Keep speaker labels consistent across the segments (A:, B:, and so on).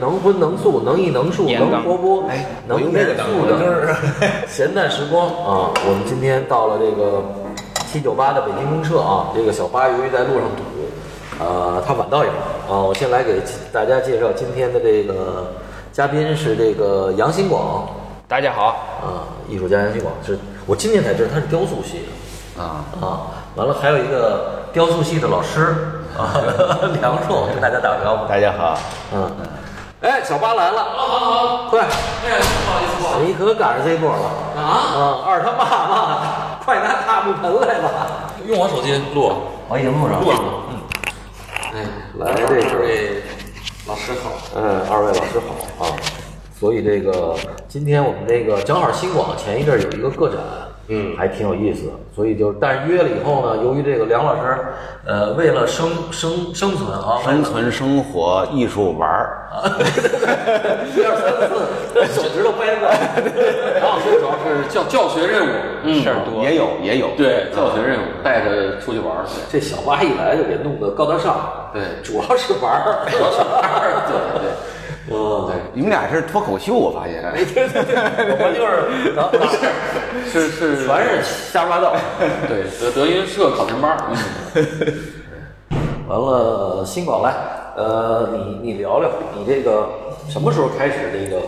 A: 能荤能素，能艺能术，
B: 严
A: 能
B: 纲
A: 活泼，
C: 哎
A: 能
C: 我用这
A: 严
C: 个等
A: 肃
C: 我真
A: 的
C: 是
A: 闲淡时光啊！我们今天到了这个七九八的北京公社啊，这个小巴由于在路上堵，呃，他晚到一会儿啊。我先来给大家介绍今天的这个嘉宾是这个杨新广
B: 大家好，
A: 啊，艺术家杨新广是我今天才知道他是雕塑系的。
C: 啊，
A: 啊，完了还有一个雕塑系的老师啊， 梁硕跟大家打个招呼。
C: 大家好，
A: 嗯，哎，小八来了，好好好，快，
D: 哦哎呀，不好意思，不好意
A: 你可赶上这波了
D: 思啊！
A: 啊！二他爸爸，快拿大木盆来吧，
D: 用我手机录，
A: 我已经录上
D: 录
A: 了。
D: 上了。嗯，
A: 来这
D: 二
A: 个，
D: 位老师好，
A: 嗯，二位老师好啊。所以这个今天我们这个正好新广前一阵儿有一个个展，
D: 嗯
A: 还挺有意思的。所以就是，但是约了以后呢，由于这个梁老师，呃，为了生生生存 啊，为了
C: 生存、生活、艺术、玩儿，
A: 一二三四，手指头掰 过来。
D: 杨老师主要是教教学任务嗯事儿多，
C: 也有也有，啊
D: 对教学任务，带着出去玩儿去。
A: 这小八一来就给弄得高大上，
D: 对
A: 主要是玩儿，主要是玩儿， 对对，嗯，对。
C: 你们俩是脱口秀，我发现，
D: 哎
A: 我们就是，然后
D: 是是，
A: 全是瞎说八道。
D: 对德德云社考前班儿。嗯
A: 完了，新广来，呃，你你聊聊，你这个什么时候开始那个，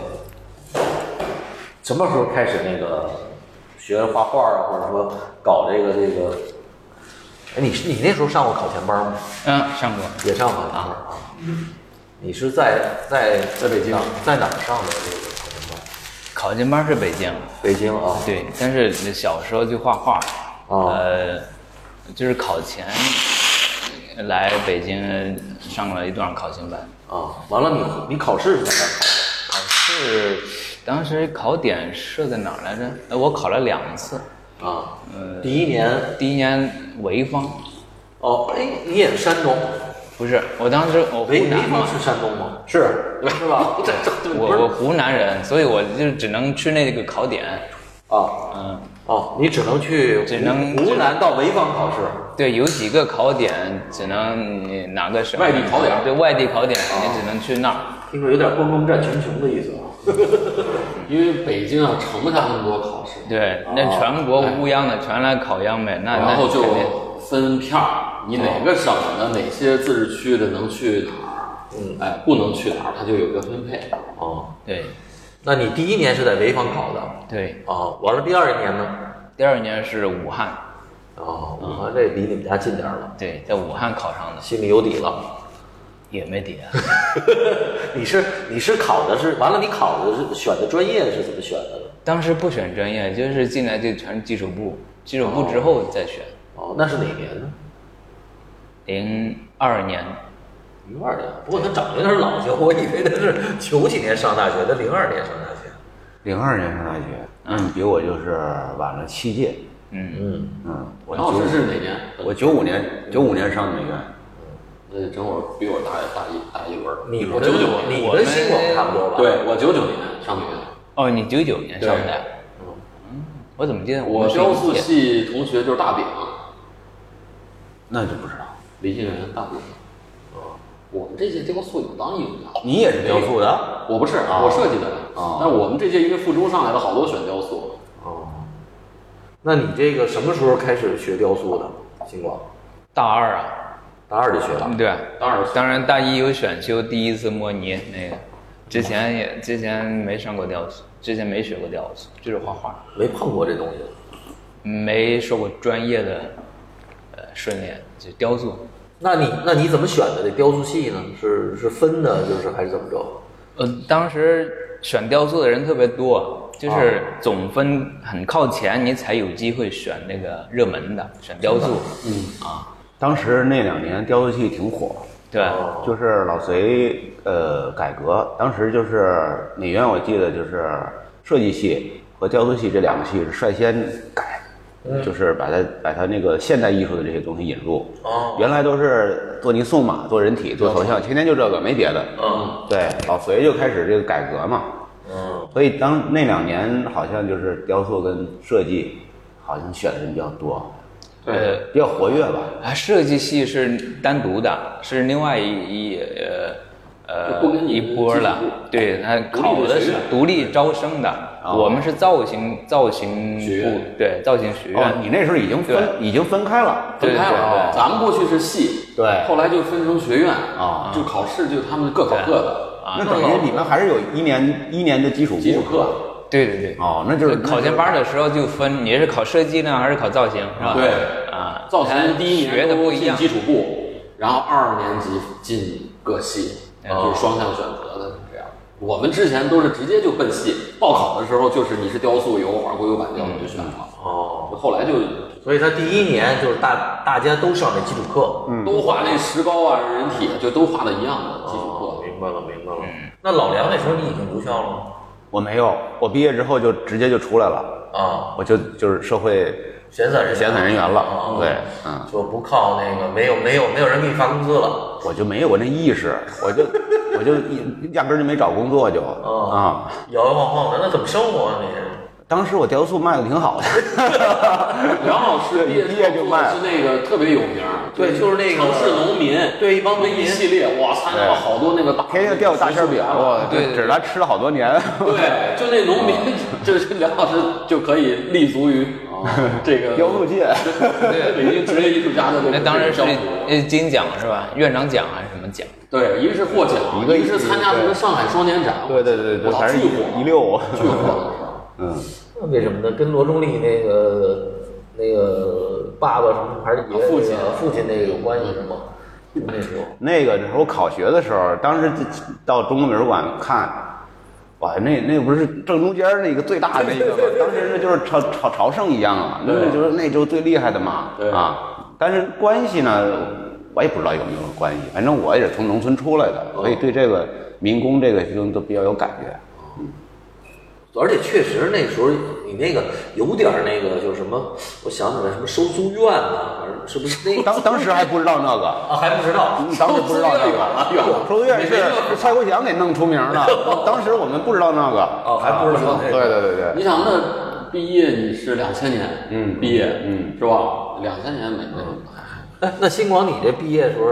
A: 什么时候开始那个学画画啊，或者说搞这个这个？哎，你是你那时候上过考前班吗？
B: 嗯，上过
A: 也上考前班啊？你是在在在北京，在哪儿上的这个考前班？
B: 考前班是北京，
A: 北京啊，
B: 对，但是小时候就画画，
A: 哦
B: 呃，就是考前来北京上了一段考前班，
A: 啊，完了你你考试是怎么考的？
B: 考试当时考点设在哪儿来着？呃，我考了两次，
A: 啊，第一年
B: 第一年潍坊，
A: 哦，哎，你也是山东，
B: 不是，我当时我湖
A: 潍
B: 南
A: 潍
B: 嘛
A: 坊，是山东吗？哎是，是 吧？这这
B: 我我湖南人，所以我就只能去那个考点，
A: 啊
B: 嗯，
A: 哦，你只能去
B: 只能
A: 湖湖南到潍坊考试。
B: 对，有几个考点只能你哪个省
D: 外地考点
B: 对外地考点你只能去那
C: 哦
B: 儿，
A: 听着有点关公战群雄的意思啊。
D: 因为北京啊，盛不下那么多考试，
B: 对，那全国乌泱的全来考央美，啊那那
D: 然后
B: 肯定哦
D: 就分片儿，你哪个省的哪些自治区的能去哪儿，嗯，哎，不能去哪儿，它就有一个分配。
A: 哦，
D: 嗯
B: 对
A: 那你第一年是在潍坊考的，
B: 对，
A: 哦，完了第二年呢？
B: 第二年是武汉，
A: 哦，我看这离你们家近点儿了，
B: 对，在武汉考上的
A: 心里有底了。
B: 也没底啊，
A: 你是你是考的是完了，你考的是选的专业是怎么选的呢？
B: 当时不选专业，就是进来就全是基础部，基础部之后再选，
A: 哦，那是哪年呢？
B: 零二年。
A: 零二年，不过他长得有点老些，我以为他是九几年上大学，他零二年上大学。
C: 零二年上大学，嗯，比我就是晚了七届，
B: 嗯，
A: 嗯，
C: 嗯，我
B: 哦
D: 杨老
C: 九
D: 师是哪年？
C: 我九五年九五年上的美院，
D: 那正好比我大大一大一轮儿。
A: 你
D: 我
A: 跟
D: 九九年，
A: 你跟新广差不多吧？，
D: 对我九九年上美院，
B: 哦，你九九年上的
D: 对，
B: 嗯，我怎么记得
D: 我
B: 们是一
D: 雕塑
B: 届
D: 系同学就是大饼，
C: 那就不知道。
D: 李信元大饼。我们这届雕塑有当艺术家，
C: 你也是雕塑的？
D: 我不是，我设计的。
C: 啊
D: 但我们这届因为附中上来的好多选雕塑，
A: 哦，那你这个什么时候开始学雕塑的？新广
B: 大二啊，
A: 大二就学了
B: 嗯，对，
D: 当然
B: 当然大一有选修，第一次模拟那个，之前也之前没上过雕塑，之前没学过雕塑，就是画画，
A: 没碰过这东西。
B: 没受过专业的呃训练，就雕塑。
A: 那你那你怎么选的这雕塑系呢？是是分的，就是还是怎么着？
B: 呃，当时选雕塑的人特别多，
D: 哦
B: 就是总分很靠前，你才有机会选那个热门的，选雕塑。嗯啊，
C: 当时那两年雕塑系挺火，
B: 对，
C: 就是老隋呃改革，当时就是呃美院，我记得就是设计系和雕塑系这两个系是率先改，
A: 嗯
C: 就是把它把它那个现代艺术的这些东西引入。
A: 哦
C: 原来都是做泥塑嘛，做人体，做头像，天天就这个，没别的。
A: 嗯，
C: 对，老隋就开始这个改革嘛。
A: 嗯，
C: 所以当那两年好像就是雕塑跟设计，好像选的人比较多，
B: 呃，
C: 比较活跃吧。
B: 啊，设计系是单独的，是另外一一呃呃
D: 就不跟你
B: 一波
D: 技术
B: 了
D: 部，
B: 对他
D: 独立
B: 考
D: 的
B: 的
D: 学
B: 是
D: 院哦
B: 独立招生的，我们是造型造型
D: 学
B: 部
D: 院，
B: 对造型学
C: 哦，
B: 院，
C: 你那时候已经分已经分开了，
B: 对
D: 分开了。
C: 对
D: 咱们过去是系，
C: 对
D: 后来就分成学院
C: 啊
D: 就考试就他们各考各的
B: 啊
C: 那等于你们还是有一年一年的基础部
D: 基础课。
B: 对对对。
C: 哦，那就是
B: 考前班的时候就分你是考设计呢还是考造型是吧？
D: 对
B: 啊，
D: 造型第一
B: 学
D: 年
B: 的
D: 都
B: 不一
D: 进
B: 样
D: 基础部，然后二年级进各系，就是双向选择的这样。我们之前都是直接就奔系，报考的时候就是你是雕塑、油画、国有版雕，你就选了。
A: 哦，
D: 后来就
A: 所以他第一年就是大大家都上这基础课，嗯，
D: 都画那石膏啊、人体啊，就都画的一样的基础课。
A: 哦明白了，明白了。
C: 嗯
A: 那老梁那时候你已经留校了吗？
C: 我没有，我毕业之后就直接就出来了，
A: 啊，
C: 我就就是社会
A: 闲散人
C: 闲散人员
B: 哦
C: 了
A: 啊，
C: 对，嗯，
A: 就不靠那个没有没有没有人给你发工资了。
C: 我就没有那意识，我就 我就一压根儿就没找工作就
B: 哦
C: 啊、
A: 摇摇晃晃的，那怎么生活啊你？
C: 当时我雕塑卖的挺好的，
D: 梁老师毕业
C: 毕业就卖
D: 是那个特别有名儿，
A: 对就是那个
D: 城市农民，
A: 对一帮农
D: 那
A: 民
D: 一系列，哇塞，他妈好多那个大
C: 天天掉大馅饼，我
B: 对对
C: 指着它吃了好多年。
D: 对，就那农民，就是梁老师就可以立足于这个
C: 雕塑 界
D: 对北京职业艺术家的那个
B: 那当然是
D: 江湖
B: 呃金奖是吧？院长奖还是什么奖？
D: 对，一个是获奖，
C: 一
D: 一
C: 个
D: 个是参加什么上海双年展，
C: 对对对对，
D: 我操，
C: 反正
D: 巨
C: 一
D: 火，
C: 一溜。
D: 巨火。
C: 嗯，
A: 为什么呢？跟罗中立那个那个爸爸什么还是爷爷
D: 父亲
A: 那个啊父亲那个有关系是吗？那时候
C: 那个时候考学的时候，当时到中国美术馆看，哇，那那不是正中间那个最大的那个吗？当时那就是朝朝朝圣一样啊，那就是那就是最厉害的嘛
D: 对
C: 啊。但是关系呢，我也不知道有没有关系，反正我也是从农村出来的，
A: 哦
C: 所以对这个民工这个东西都比较有感觉。
A: 而且确实那时候你那个有点儿那个就是什么，我想起来什么收租院啊，还是是不是那
C: 当当时还不知道那个，
A: 啊还不知道
C: 嗯当时不知道那
D: 远 了远
C: 个，
D: 了
C: 说院是蔡国强给弄出名的，当时我们不知道那个。
A: 哦还不知道那
C: 对
A: 个
C: 对对对，
D: 你想，那毕业你是两千年，
C: 嗯
D: 毕业，
C: 嗯，
D: 是吧？两千年没没，
A: 哎 那星光你这毕业的时候，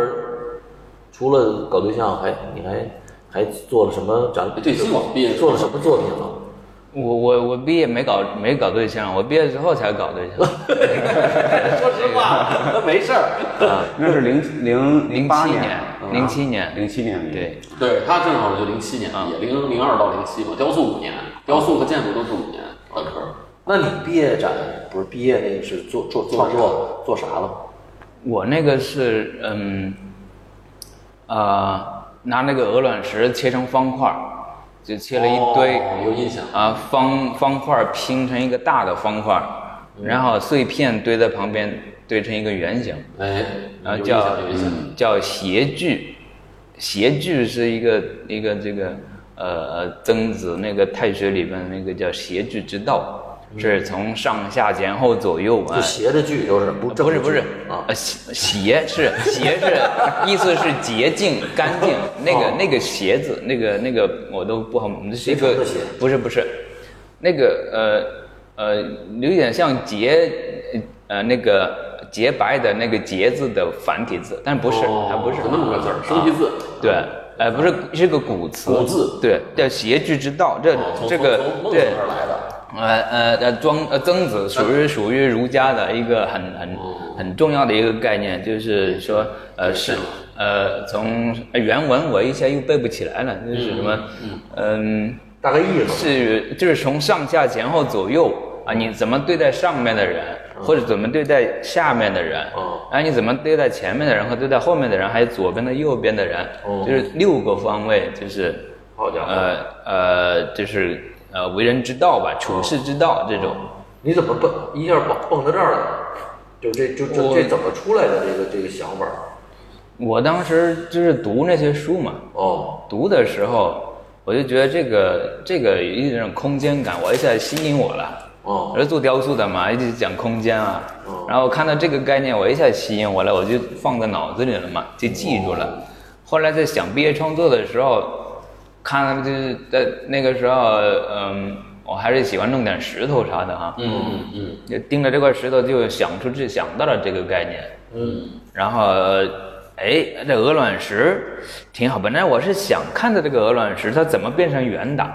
A: 除了搞对象还你还还做了什么展？
D: 对星光毕业
A: 做了什么作品了？
B: 我我我毕业没搞没搞对象，我毕业之后才搞对 象。
A: 哎说实话，那没事儿。
C: 那是零零
B: 零
C: 八
B: 七
C: 年
B: 年，零七年
C: 零七
D: 嗯
C: 年
B: 对，
D: 对他正好就零七年毕业，零零二到零七嘛，雕塑五年，雕塑和建筑都是五年本科。
A: 那你毕业展不是毕业那个是做做做做做啥了？
B: 我那个是嗯，呃，拿那个鹅卵石切成方块儿，就切了一堆，
D: 哦有印象
B: 啊，方方块儿拼成一个大的方块儿，
D: 嗯
B: 然后碎片堆在旁边堆成一个圆形，
D: 哎，
B: 然后
D: 有印
B: 啊叫嗯
D: 象有印象。
B: 叫谐句，谐句是一个一个这个呃曾子那个太学里边那个叫谐句之道，是从上下前后左右啊
A: 就。斜着锯就是不正
B: 不是不是
A: 着锯啊，
B: 呃，邪邪是邪是意思是洁净干净，
D: 哦
B: 那个那个鞋子那个那个我都不好，是
A: 谁
B: 一个
A: 穿的鞋
B: 不是不是，那个呃呃有点像洁呃那个洁白的那个洁字的繁体字，但不是
D: 哦
B: 它不是啊
D: 有那么个字儿，生僻字。
B: 对，呃不是是个古词
D: 古字
B: 对叫邪句之道，这
D: 哦从
B: 这个
D: 从从孟子
B: 对
D: 那儿来的。
B: 呃呃呃，庄呃曾子属于属于儒家的一个很很
D: 哦
B: 很重要的一个概念，就是说呃是呃从呃原文我一下又背不起来了，就是什
D: 嗯
B: 么嗯
A: 大概意思。
B: 是就是从上下前后左右啊，你怎么对待上面的人，或者怎么对待下面的人，
A: 哦
B: 然后你怎么对待前面的人和对待后面的人，还有左边的右边的人，
A: 哦
B: 就是六个方位，就是
A: 好家伙
B: 呃呃，就是呃为人之道吧，处世之道这种。
A: 你怎么蹦一下蹦蹦到这儿来了？就这就这
B: 我
A: 这怎么出来的这个这个想法？
B: 我当时就是读那些书嘛，
A: 哦，
B: 读的时候我就觉得这个这个有一种空间感，我一下吸引我了。
A: 哦
B: 我是做雕塑的嘛，一直讲空间啊。
D: 哦
B: 然后我看到这个概念，我一下吸引我了，我就放在脑子里了嘛，就记住了。后来在想毕业创作的时候，看他们就是在那个时候，嗯，我还是喜欢弄点石头啥的哈。
D: 嗯嗯
B: 就盯着这块石头就想出这想到了这个概念，嗯，然后哎，这鹅卵石挺好。本来我是想看的这个鹅卵石，它怎么变成圆的？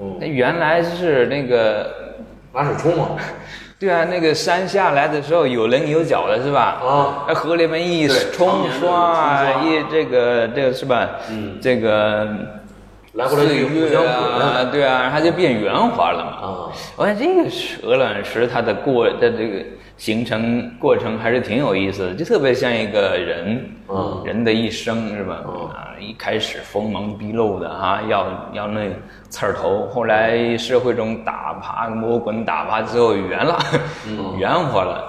A: 嗯
B: 那原来是那个，
D: 拿水冲嘛，
B: 对啊，那个山下来的时候有棱有角的是吧？
D: 啊，
B: 那河里面一
D: 对常年
B: 冲
D: 的啊
B: 刷
D: 冲刷，
B: 一这个这个是吧？嗯，这个
D: 来回来去互
B: 岁
D: 相
B: 月
D: 滚
B: 啊
D: 的，
B: 对啊，它就变圆滑了嘛。
D: 啊，
B: 我看这个是鹅卵石，它的过的这个形成过程还是挺有意思的，就特别像一个人，
D: 嗯
B: 人的一生是吧？啊，一开始锋芒毕露的啊，要要那个刺儿头，后来社会中打趴摸滚打趴之后圆了， 圆活了。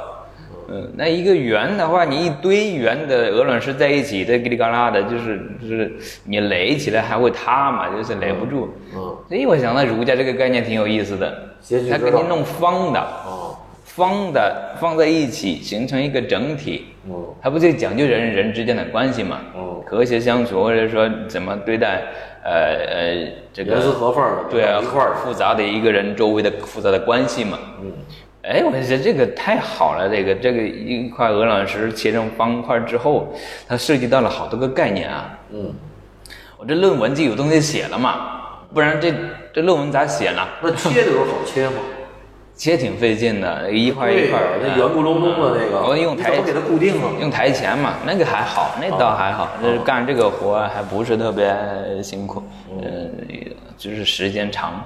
B: 嗯，那一个圆的话，你一堆圆的鹅卵石在一起，这叽里嘎啦的，就是就是你垒起来还会塌嘛，就是垒不住。
D: 嗯，
B: 所以我想到儒家这个概念挺有意思的
D: 结局，
B: 它
D: 之
B: 给
D: 道
B: 你弄方的，
D: 哦，
B: 方的放在一起形成一个整体，
A: 哦
D: 嗯，
B: 它不就讲究人与人之间的关系嘛？
D: 嗯
B: 和谐相处，或者说怎么对待，呃呃，这个
D: 严丝合缝的，
B: 对啊，
D: 一块 儿的，
B: 复杂的一个人周围的复杂的关系嘛。嗯，哎，我觉得这个太好了，这个这个一块鹅卵石切成方块之后，它涉及到了好多个概念啊。
D: 嗯，
B: 我这论文就有东西写了嘛，不然这这论文咋写呢？
D: 那切的时候好切吗？
B: 切挺费劲的，一块
D: 对
B: 一块儿，
A: 啊
B: 啊
D: 那圆不隆咚的那个，
B: 我用
D: 你
B: 台
D: 怎么给它固定啊？
B: 用台前嘛，那个还好，那倒还好，就是干这个活还不是特别辛苦，嗯，就是时间长。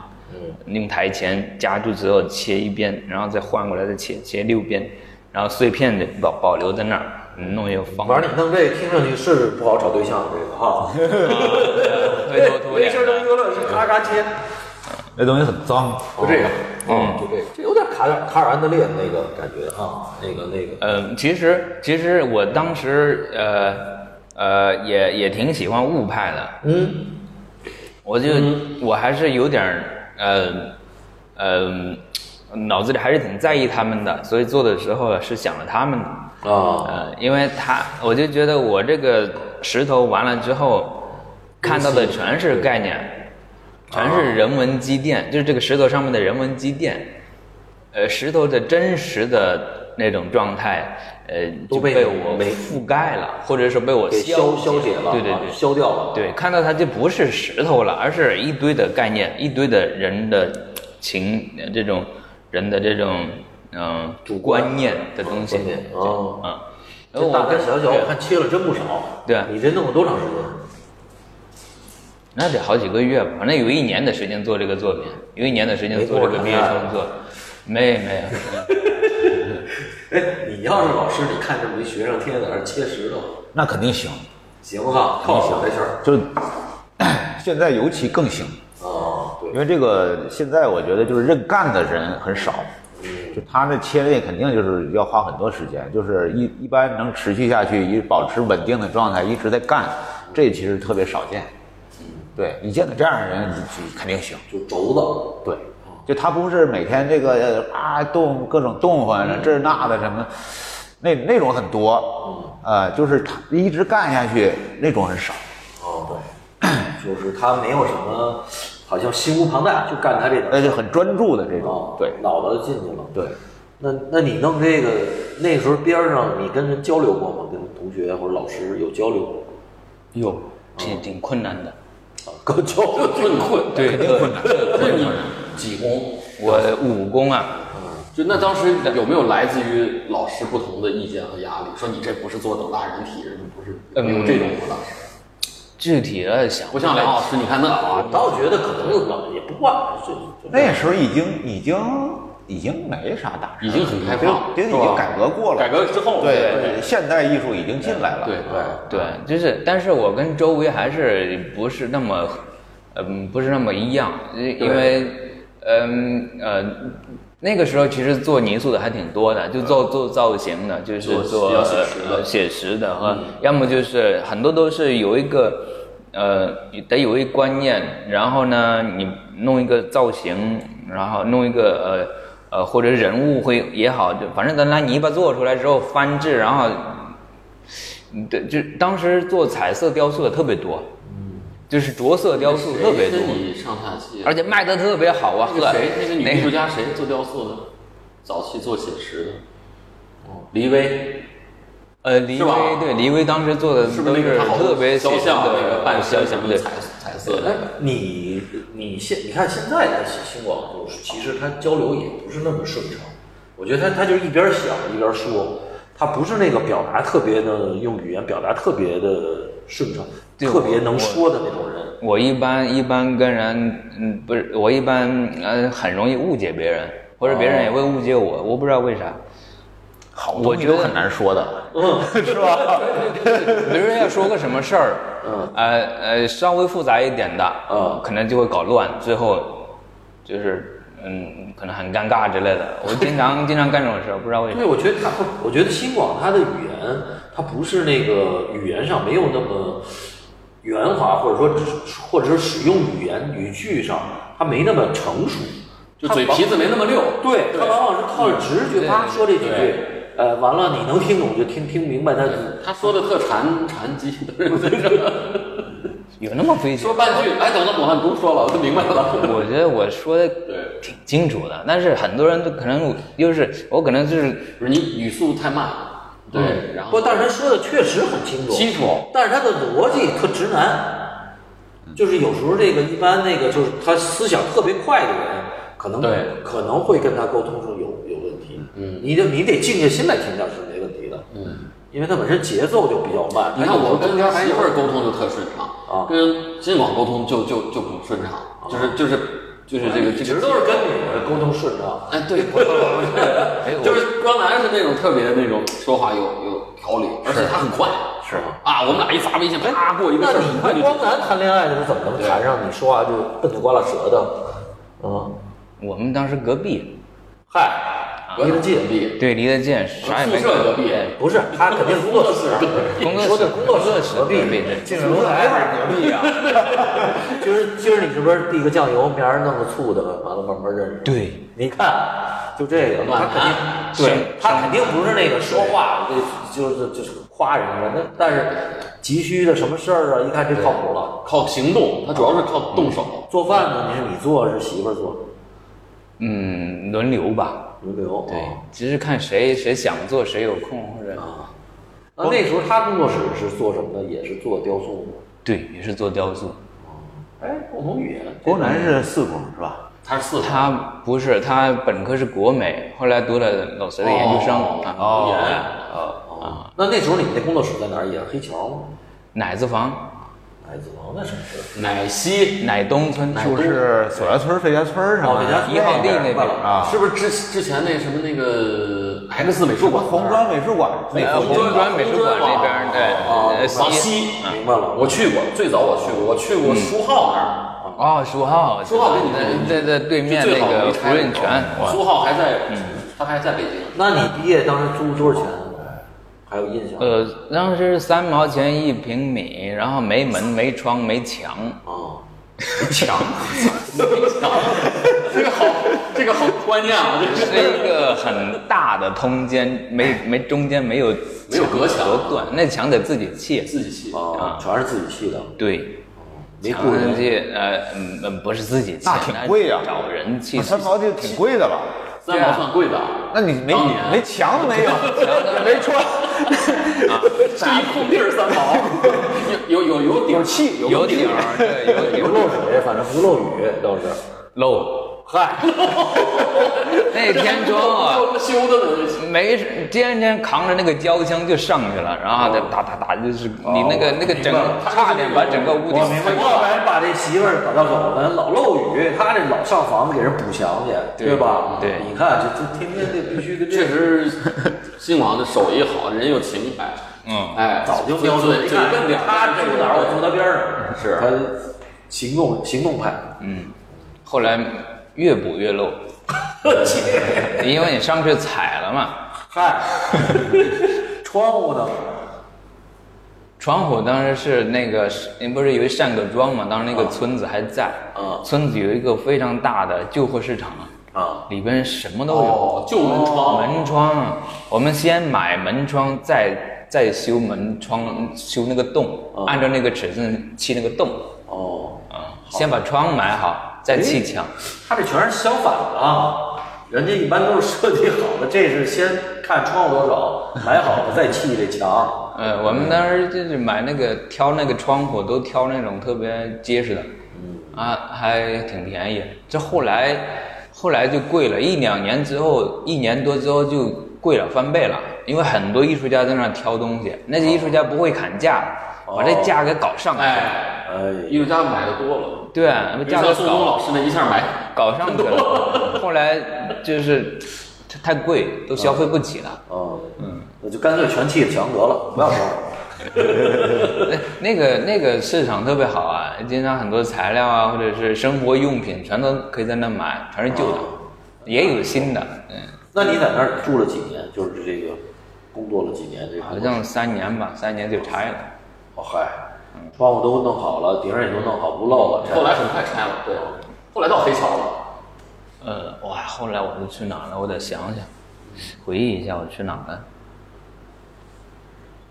B: 用台前夹住之后切一边，然后再换过来再切，切六边，然后碎片的保保留在那儿，弄一个方。
D: 反正你弄这听上去是不好找对象，这 个哈，
B: 灰头土
D: 没
B: 脸
D: 事儿扔
B: 的。
D: 丢了，是咔咔切，
C: 那东西很脏，
D: 就这个，哦嗯，就这个，这有点卡尔卡尔安德烈的那个感觉啊，那个那个，
B: 嗯，其实其实我当时呃呃也也挺喜欢雾派的，
D: 嗯，
B: 我就、我还是有点儿，呃，呃，脑子里还是挺在意他们的，所以做的时候是想着他们的。
D: 啊，
B: 呃，因为他，我就觉得我这个石头完了之后，看到的全是概
D: 嗯
B: 念，全是人文积
D: 哦
B: 淀，就是这个石头上面的人文积淀，呃，石头的真实的那种状态，呃，
D: 都
B: 就
D: 被
B: 被我
D: 没
B: 覆盖了，或者说被我
D: 给消消解
B: 解
D: 了，
B: 对对
D: 啊
B: 对，
D: 消掉了，
B: 对，看到它就不是石头了，而是一堆的概念，一堆的人的情，呃这种人的这种嗯、
D: 主观
B: 观念的东西
D: 观念
B: 对
D: 哦
B: 嗯，然后
D: 这
B: 我
D: 大大
B: 跟
D: 小小
B: 对
D: 我看切了真不少，
B: 对
D: 你这弄了多长时间？
B: 那得好几个月吧，反正有一年的时间做这个作品，有一年的时间
D: 没
B: 做这
D: 跟
B: 个
D: 我
B: 毕业
D: 谈恋爱
B: 生作，没没有。
D: 哎， 你要是老师，你看这么一学生天天在那儿切石头，
C: 那肯定行。
D: 行哈，靠谱这事儿
E: 就
C: 现在尤其更行，
D: 啊，对，
C: 因为这个现在我觉得就是认干的人很少，就他那切那肯定就是要花很多时间，就是一一般能持续下去，一保持稳定的状态，一直在干，这其实特别少见。对你见到这样的人，你你肯定行。
D: 就轴子，
C: 对，就他不是每天这个呃啊动各种动换，啊这儿那的什么，那那种很多，呃，就是他一直干下去那种很少。
D: 哦，对，就是他没有什么，好像心无旁贷，就干他这点儿
C: 那就很专注的这
D: 啊
C: 种，，嗯
A: 哦
C: 对
D: 脑子进去了。
C: 对，
D: 那那你弄这个那时候边儿上，你跟人交流过吗？跟同学或者老师有交流过吗？
B: 有，挺挺困难的。
D: 搞交流 困困，
B: 对，特困难。
D: 那你几公？
B: 我武功啊，
D: 就那当时有没有来自于老师不同的意见和压力？说你这不是坐等大人体，人不是
B: 嗯
D: 有没有这种吗？当时
B: 具体的想
D: 不像梁老师，你看那啊，倒觉得可能老也不惯，就就
C: 那时候已经已经已经没啥大事儿，
D: 已经很开放，
C: 这已经改革过了，
D: 改革之后，
C: 对现代艺术已经进来了，
D: 对对，
B: 对，就是，但是我跟周围还是不是那么，嗯，不是那么一样，因因为，嗯呃，那个时候其实做泥塑的还挺多的，就做做造型的，就是
D: 嗯做
B: 做
D: 比较
B: 呃
D: 写实的嗯
B: 呃写实的和，要么就是很多都是有一个，呃，得有一观念，然后呢，你弄一个造型，然后弄一个呃呃或者人物会也好，就反正咱拿泥巴做出来之后翻制，然后嗯对，就当时做彩色雕塑的特别多，就是着色雕塑特别
D: 嗯谁，
B: 多
D: 跟你上下期，
B: 而且卖的特别好啊，
D: 那个
B: 呵
D: 谁，那个女艺术
B: 那
D: 家谁做雕塑的？早期做写实的，哦，黎薇，
B: 呃，黎
D: 是吧
B: 威对黎威当时做的
D: 是不
B: 都
D: 是那个他好多
B: 特别
D: 肖像
B: 的
D: 那个半
B: 肖
D: 身什
B: 像
D: 么
B: 对
D: 彩彩色的
A: 哎？，你你现你看现在的新广播，其实他交流也不是那么顺畅。我觉得他他就是一边想一边说，他不是那个表达特别的，用语言表达特别的顺畅，
B: 对
A: 特别
B: 我
A: 能
B: 我
A: 说的那种人。
B: 我一般一般跟人，嗯，不是，我一般呃很容易误解别人，或者别
D: 哦
B: 人也会误解我，我不知道为啥。
C: 好
B: 我
C: 东西
B: 觉
C: 都
B: 得
C: 很难说的。
B: 比如要说个什么事儿，嗯，呃呃，稍微复杂一点的，
A: 嗯
B: 可能就会搞乱，最后就是嗯，可能很尴尬之类的。我经常经常干这种事儿，不知道为啥
A: 对，。我觉得他不，我觉得新广他的语言，他不是那个语言上没有那么圆滑，或者说或者是使用语言语句上，他没那么成熟，
D: 就嘴皮子没那么溜。
A: 对嗯他往往是靠着直觉，
B: 对
A: 他说这几句
D: 对，
A: 呃，完了你能听懂就听听明白，但是
D: 他说的特禅禅机，
B: 有那么费劲
D: 说？半句，哎，等等，我不用说了，我都明白了。
B: 我觉得我说的
D: 对
B: 挺清楚的，但是很多人都可能又是我可能就是
D: 不是你语速太慢，对，然后
A: 嗯不，但是他说的确实很清楚，
D: 基础
A: 但是他的逻辑特直男，就是有时候这个一般那个就是他思想特别快的人，可能
D: 对
A: 可能会跟他沟通上有有问题。嗯，你得你得静下心来听他是没问题的。嗯，因为他本身节奏就比较慢。
D: 你
A: 他
D: 看
A: 有时候
D: 啊我跟
A: 中间还
D: 媳
A: 有
D: 妇儿沟通就特顺畅，
A: 啊
D: 跟金广沟通就就就不顺畅，就是就是就是这个
A: 一
D: 这
A: 直
D: 个
A: 都是跟哎女人沟通顺畅。
D: 哎，对， 就是光南是那种特别那种说话有有条理，而且他很快，是啊，我们俩一发微信，啪过一个
A: 哎那
D: 事儿，
A: 你
D: 很快
A: 跟
D: 就
A: 光南谈恋爱的，他怎么能谈上？你说啊话就笨嘴瓜拉舌的，啊，
B: 我们当时隔壁，
A: 嗨，离得近，
D: 近，
B: 对，离得近，啥也
D: 宿
B: 没
D: 舍隔壁，
A: 不是他肯定是工作室，
B: 工
A: 你
B: 作室
A: 说的工作室隔壁
B: 隔壁对，
A: 进楼台
C: 隔 壁啊，
A: 今儿今儿你是不是递个酱油，明儿弄个醋的，完了慢慢认识。
B: 对，
A: 你看，就这个，他肯定，
B: 生
A: 对他肯定不是那个说话就就是就是夸人家，那但是急需的什么事儿啊，一看这靠谱了。
D: 靠行动，他主要是靠动手，
A: 做饭呢，你是你做是媳妇儿做，
B: 嗯，轮流吧。
A: 轮流。啊
B: 对，只是看谁谁想做，谁有空或者
A: 那那时候他工作室是做什么的？也是做雕塑吗？
B: 对，也是做雕塑。
A: 哎，共同语言。
C: 光南是四孔是吧？
D: 他是四川
B: 他不是，他本科是国美，后来读了老师的研究生
D: 哦
B: 啊，
D: 哦
B: 哦，
A: 啊，那那时候你们那工作室在哪儿？也是黑桥吗？
B: 奶子房，
A: 哎，子王那什么事儿？
D: 奶昔，
B: 奶东村
C: 就
B: 出事，
C: 是左家村、费家村上
A: 哦，人家
C: 面
B: 一号地那边
C: 啊，
D: 是不是之之前那什么那个 X 美术馆那儿
C: 红砖美术馆那
B: 呃
C: 附近
B: 红砖美术馆那边儿对
D: 哦
B: 呃
A: 哎
D: 往
B: 西
D: 西，
A: 明白了，
D: 我去过，最早我去过，我去过书浩那儿。
B: 哦，书浩，
D: 苏浩跟你那
B: 在在对面
D: 就
B: 那
D: 最好
B: 个
D: 没
B: 胡
D: 拆
B: 润泉，哇
D: 苏浩还在，他还在北京。
A: 那你毕业当时租多少钱？啊还有印象？
B: 呃，当时是三毛钱一平米，然后没门、没窗、没墙，
A: 啊，
B: 墙
D: 这个好，这个好观念啊，这
B: 是一个很大的空间，没没中间没有
D: 没有隔墙
B: 隔断，那墙得自己砌。
D: 自己砌。
A: 啊，全是自己砌的，
B: 对，
A: 没雇
B: 墙
A: 人。
B: 砌呃嗯呃不是自己砌，
C: 那挺贵呀
B: 那是找人砌。
C: 三毛就挺贵的吧？
D: 三毛算贵的啊，
C: 那你没
D: 当年
C: 没墙都没有，没穿，
D: 就一空地儿三毛，有有有有顶
C: 有气有
B: 有顶儿，对，有
A: 不
B: 有
A: 漏水，反正不漏雨倒是。
B: 漏。
A: 嗨，
B: 那天窗啊，
D: 修的呢，
B: 没事，天天扛着那个胶箱就上去了，然后再打打打，就是你那个、那个整个差点把整个屋顶
A: 我要不然把这媳妇儿搞到手了，老漏雨，他这老上房子给人补墙去，对吧？
B: 对
A: 你看这这天天这必须跟
D: 确
A: 这
D: 实，新广的手艺好，人有情怀。
B: 嗯
D: 哎，
A: 早就瞄准了。
D: 嘴
A: 你看
D: 笨点儿
A: 他住哪儿，我住他边儿上。
D: 是
A: 他行动行动派。
B: 后来越补越漏，因为你上去踩了嘛。
A: 嗨，窗户呢？
B: 窗户当时是那个，您不是有一善各庄嘛？当时那个村子还在，
D: 啊
A: 嗯
B: 村子有一个非常大的旧货市场，
A: 啊，
B: 里边什么都有，
D: 哦，旧门窗，
B: 门窗，我们先买门窗，再再修门窗，修那个洞，
D: 啊
B: 按照那个尺寸砌那个洞。
A: 哦，
B: 啊，先把窗买好，再砌墙。
A: 他这全是相反的啊。人家一般都是设计好的，这是先看窗户多少，买好了再砌这墙。
B: 呃，我们当时就是买那个挑那个窗户，都挑那种特别结实的，
D: 嗯
B: 啊，还挺便宜。这后来后来就贵了，一两年之后，一年多之后就贵了，翻倍了。因为很多艺术家在那儿挑东西，那些艺术家不会砍价，把这价给搞上去。
D: 哦哎，
A: 哎，
D: 艺术家买的多了，
B: 对，把
D: 比如
B: 价
D: 像
B: 格
D: 宋冬
B: 搞
D: 老师那一下买，
B: 搞上去 了。后来就是它太贵，都消费不起了。
A: 哦，嗯，我就干脆全砌墙得了，不要窗户。
B: 那 那个那个市场特别好啊，经常很多材料啊，或者是生活用品，全都可以在那买，全是旧的，也有新的。嗯，
A: 那你在那儿住了几年？就是这个工作了几年？这个
B: 好像三年吧，三年就拆了。
A: 哦嗨，窗户都弄好了，顶上也都弄好不漏了。这
D: 后来很快拆了，对，后来到黑桥了，
B: 呃，哇，后来我都去哪了？我得想想，回忆一下我去哪了。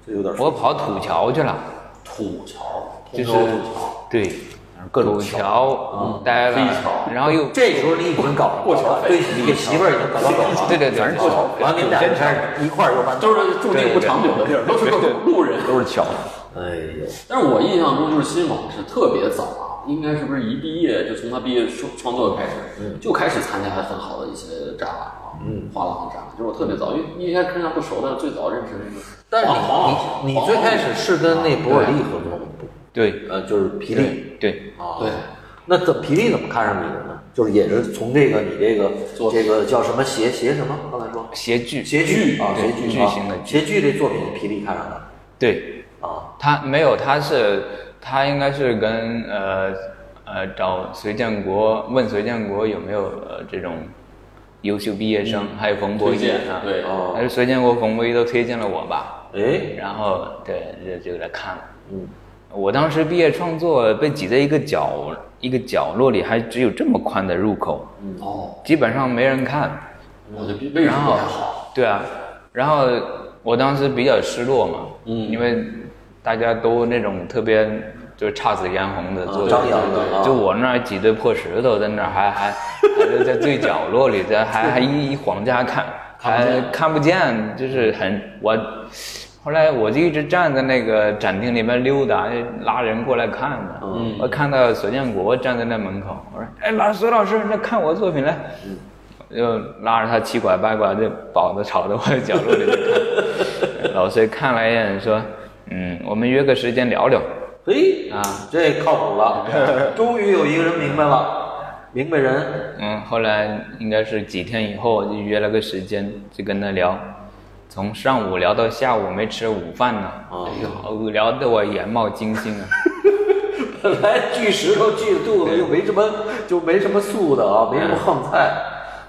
A: 这有点
B: 我跑土桥去了，
D: 土桥，
B: 就是
D: 通州土桥。
B: 对，
C: 各种
B: 土桥哦待了，然后又
A: 这时候你已经搞过桥对你给媳妇儿已经搞到狗了，
B: 对对对，
A: 完了你们俩一块儿又搬。
D: 都是注定不长久的地儿，都是各种路人。
C: 都是巧。
A: 哎呦，
D: 但是我印象中就是新网是特别早啊，应该是不是一毕业就从他毕业创创作开始，就开始参加很好的一些展览啊，嗯，画廊展览，就是我特别早，因为因为现在看上不熟的，最早认识那个，
A: 但是
D: 黄
A: 你你你最开始是跟那博尔利合作吗？不，
B: 对
A: 呃，就是皮利
B: 对，
A: 啊。
D: 对，
A: 那怎么皮利怎么看上你的呢？就是也是从这个你这个
D: 作
A: 这
D: 品
A: 个叫什么斜斜什么？刚才说
B: 谐剧，
A: 斜剧啊，斜
B: 对
A: 剧
B: 剧情的
A: 啊，斜剧这作品皮利看上的
B: 对，
A: 啊。
B: 他没有，他是他应该是跟呃呃找隋建国问隋建国有没有呃这种优秀毕业生，还有冯博
D: 推
B: 一
D: 荐
B: 啊，
D: 对，
A: 哦
B: 还是隋建国、冯博一都推荐了我吧，
A: 哎，
B: 然后对就就来看了。
A: 嗯，
B: 我当时毕业创作被挤在一个角一个角落里，还只有这么宽的入口，
D: 哦，
B: 基本上没人看。
D: 我就为什
B: 然
D: 么
B: 后
D: 还好？，
B: 对啊，然后我当时比较失落嘛，
D: 嗯
B: 因为大家都那种特别就是姹紫嫣红的做
A: 张扬的啊
B: 就我那儿几堆破石头在那儿还还还是在最角落里，在还还一一晃家看还看不见，就是很我。后来我就一直站在那个展厅里面溜达，拉人过来看的。
A: 嗯
B: 我看到索建国站在那门口，我说：“哎，老索老师，那看我作品来。”就拉着他七拐八拐就跑着朝着我的角落里面看。老师看了一眼说：“嗯，我们约个时间聊聊。
A: 嘿
B: 啊，
A: 这靠谱 了，终于有一个人明白了，明白人。”
B: 嗯，后来应该是几天以后，我就约了个时间，就跟他聊，从上午聊到下午没吃午饭呢。
A: 哦
B: 哎呦，聊得我眼冒金星啊！
A: 本来锯石头锯肚子又没什么，就没什么素的啊，没什么横菜，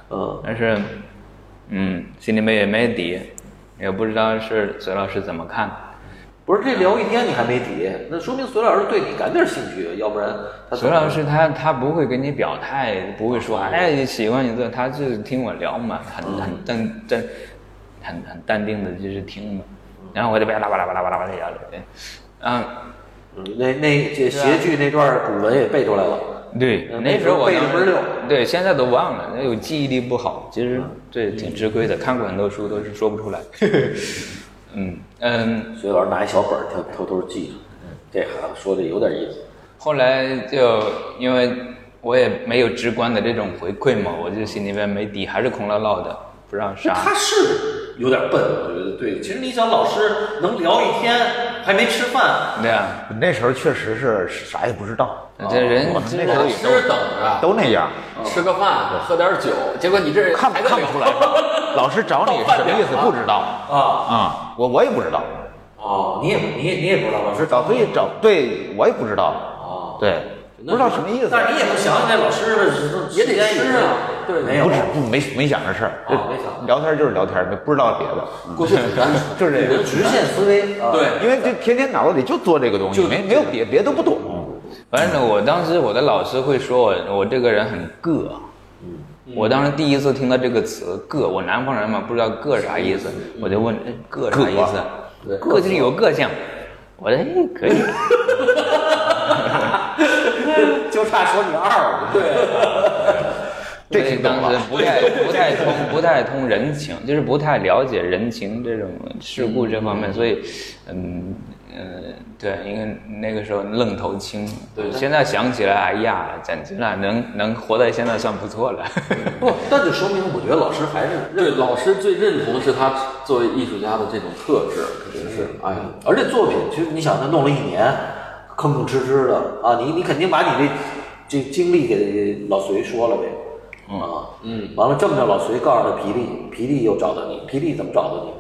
A: 嗯，
B: 但是，嗯，心里面也没底，也不知道是隋老师怎么看。
A: 不是这聊一天你还没底，那说明隋老师对你感点兴趣，要不然他
B: 隋老师他他不会跟你表态，不会说哎喜欢你这，他就是听我聊嘛，很
A: 嗯
B: 很淡淡，很很淡定的就是听嘛。然后我就巴拉巴拉巴拉巴拉巴拉聊聊，哎嗯，
A: 嗯那那这谐剧那段古文也背出来了，
B: 对，
A: 嗯
B: 那时候我
A: 背了门儿六
B: 当时对，现在都忘了，那有记忆力不好，其
A: 嗯
B: 实这挺吃亏的。看过很多书都是说不出来。 嗯嗯，
A: 隋老师拿一小本儿偷偷偷记着，这孩子说的有点意思，
B: 后来就因为我也没有直观的这种回馈嘛，我就心里面没底，还是空落落的，不知道啥。
A: 他是有点笨，我觉得对。其实你想，老师能聊一天还没吃饭，
B: 对啊，
C: 那时候确实是啥也不知道，啊
B: 这人
C: 我们
B: 真
C: 那
B: 是
C: 时候
D: 老
C: 也
D: 师等着
C: 都那样，
D: 吃个饭，喝点酒，结果你这
C: 看不
D: 还在
C: 看不
D: 聊
C: 出来吧。 老师找你是什么意思不知道
A: 啊
C: 啊、我我也不知道，
A: 哦，你也你也你也不知道老师
C: 找对找对我也不知道，
A: 哦，
C: 对，不知道什么意思，
A: 但是你也不想想那老师
D: 也得吃啊，对，
A: 没有
C: 不。是不没没想这事儿，
A: 啊没想
C: 聊天就是聊天，没不知道别的，
D: 过去很单纯，
C: 就是这个，
A: 直线思维，啊，
D: 对，
C: 因为这天天脑子里就做这个东西，没没有别别的 不懂，
B: 反正我当时我的老师会说我我这个人很个，
C: 嗯
B: 我当时第一次听到这个词“个”，我南方人嘛，不知道“个”啥意思，
C: 嗯
B: 我就问哎“个”啥意
C: 啊
B: 思？“个”就是有个性。我说哎可以，
A: 就差说你二了。对，
C: 这
B: 所以
C: 挺懂
B: 当时
C: 了
B: 不太不太 通不太通人情，就是不太了解人情这种世故这方面，所以，嗯呃，对，因为那个时候愣头青，对，现在想起来，哎呀，简直了，能能活到现在算不错了。
A: 不，那就说明我觉得老师还是
D: 对，老师最认同是他作为艺术家的这种特质，肯定是。
A: 哎，而且作品其实你想，他弄了一年，吭吭哧哧的啊，你你肯定把你这这经历给老隋说了呗，啊，嗯，完了这么着，老隋告诉他皮力，皮力又找到你，皮力怎么找到你？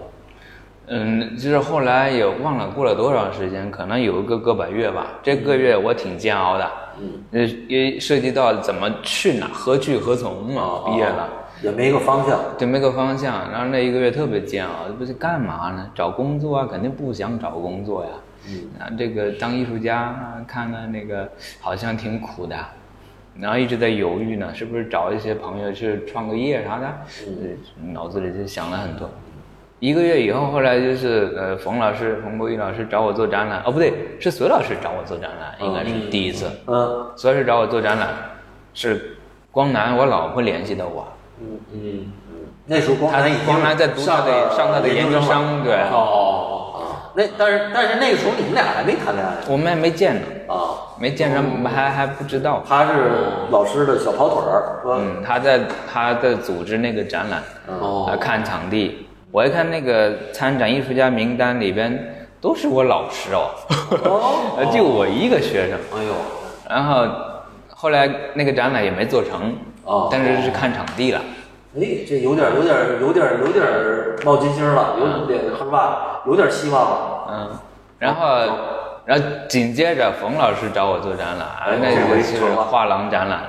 B: 嗯，就是后来也忘了过了多长时间，可能有一个个把月吧。这个月我挺煎熬的，嗯，也涉及到怎么去哪、何去何从嘛。嗯
A: 哦
B: 毕业了，
A: 啊也没个方向，
B: 就没个方向。然后那一个月特别煎熬，不是干嘛呢？找工作啊，肯定不想找工作呀。嗯，然后这个当艺术家啊，看看那个好像挺苦的，然后一直在犹豫呢，是不是找一些朋友去创个业啥的？嗯，脑子里就想了很多。一个月以后，后来就是呃，冯老师、冯国玉老师找我做展览，哦不对，是隋老师找我做展览，应该是第一次。
A: 嗯，
B: 所以是找我做展览，是光南我老婆联系的我，
A: 那时候光南已经
B: 光南在读他的上他的研究
A: 生了，
B: 生，对，
A: 哦，那但是但是那个时候你们俩还没谈恋爱
B: 我们还没见呢，
A: 啊，
B: 没见上还还不知道，
A: 他是
B: 哦
A: 老师的小跑腿儿，说
B: 嗯，他在他在组织那个展览，
D: 哦
B: 呃看场地，我一看那个参展艺术家名单里边都是我老师哦，呃 就我一个学生，
A: 哎呦，
B: 然后后来那个展览也没做成
A: 哦，
B: 但是是看场地了。
A: 哎，这有点儿有点儿有点儿有点儿冒金星了，有点是吧？有点希望了。
B: 嗯，然后，然后紧接着冯老师找我做展览，啊那
A: 哦这
B: 个
A: 回
B: 是
A: 成了
B: 画廊展览，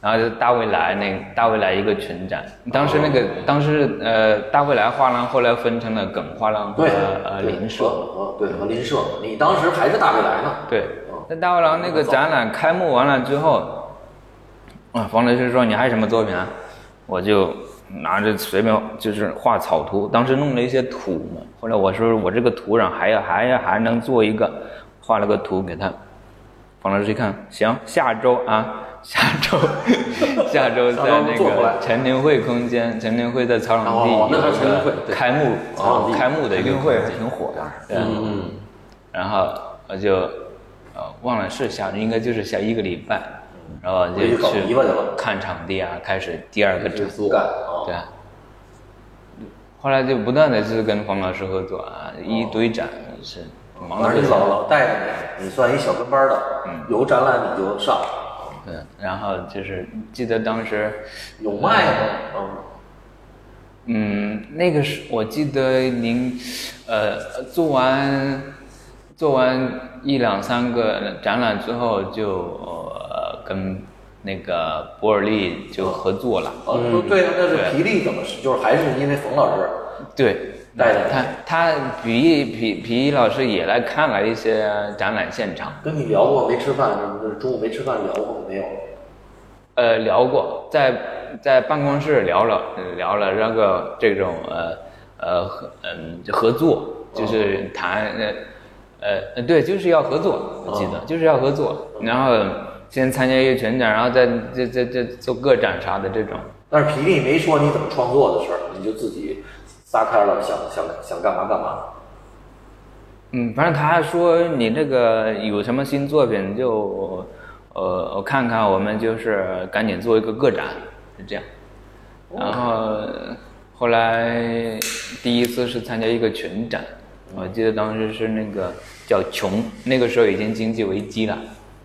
B: 然后就大未来那大未来一个群展，当时那
A: 哦
B: 个当时呃大未来画廊后来分成了耿画廊和
A: 对，
B: 呃
A: 对
B: 林
A: 和
B: 社，
A: 和对和林舍，你当时还是大未来呢。
B: 对，那大未来那个展览开幕完了之后，啊，冯老师说你还有什么作品啊？我就拿着随便就是画草图，当时弄了一些土嘛。后来我说我这个土壤还要还要还能做一个，画了个图给他。冯老师一看，行，下周啊，下周 下周
A: 下
B: 在
A: 周
B: 那
A: 做过来
B: 个陈林会空间，陈林会在草场地
D: 哦哦那还
B: 有
D: 是陈林
B: 个
D: 会对
B: 开幕哦
D: 草场地
B: 开幕的一个空间。
C: 挺火当时。
D: 嗯，
B: 然后我就呃忘了是下，应该就是下一个礼拜，然后就
A: 回去搞
B: 去
A: 泥巴去了
B: 看场地啊，开始第二个展，
A: 干啊，
B: 对啊。后来就不断的就是跟冯老师合作啊，一堆展是忙
A: 而
B: 得嗯
A: 且
B: 不
A: 老
B: 行。
A: 老带着你，你算一小跟班的，有展览你就上，
B: 对，然后就是记得当时，
A: 有卖的，嗯，
B: 嗯，那个是我记得您，呃，做完做完一两三个展览之后就，呃跟那个博尔利就合作了。
A: 哦，对啊，那是皮力怎么是？就是还是因为冯老师，
B: 对，
A: 带着
B: 他他皮皮皮老师也来看了一些展览现场，
A: 跟你聊过没吃饭什么的，中午没吃饭聊过没有？
B: 呃，聊过，在在办公室聊了聊了那个这种呃呃合嗯就合作，就是谈呃呃呃对，就是要合作，我记得、就是要合作，然后先参加一个全展，然后再再再再做个展啥的这种，
A: 但是皮力没说你怎么创作的事儿，你就自己撒开了，想想想干嘛干嘛。
B: 嗯，反正他还说你这个有什么新作品就，呃，我看看，我们就是赶紧做一个个展，是这样。然后后来第一次是参加一个群展，我记得当时是那个叫琼，那个时候已经经济危机了，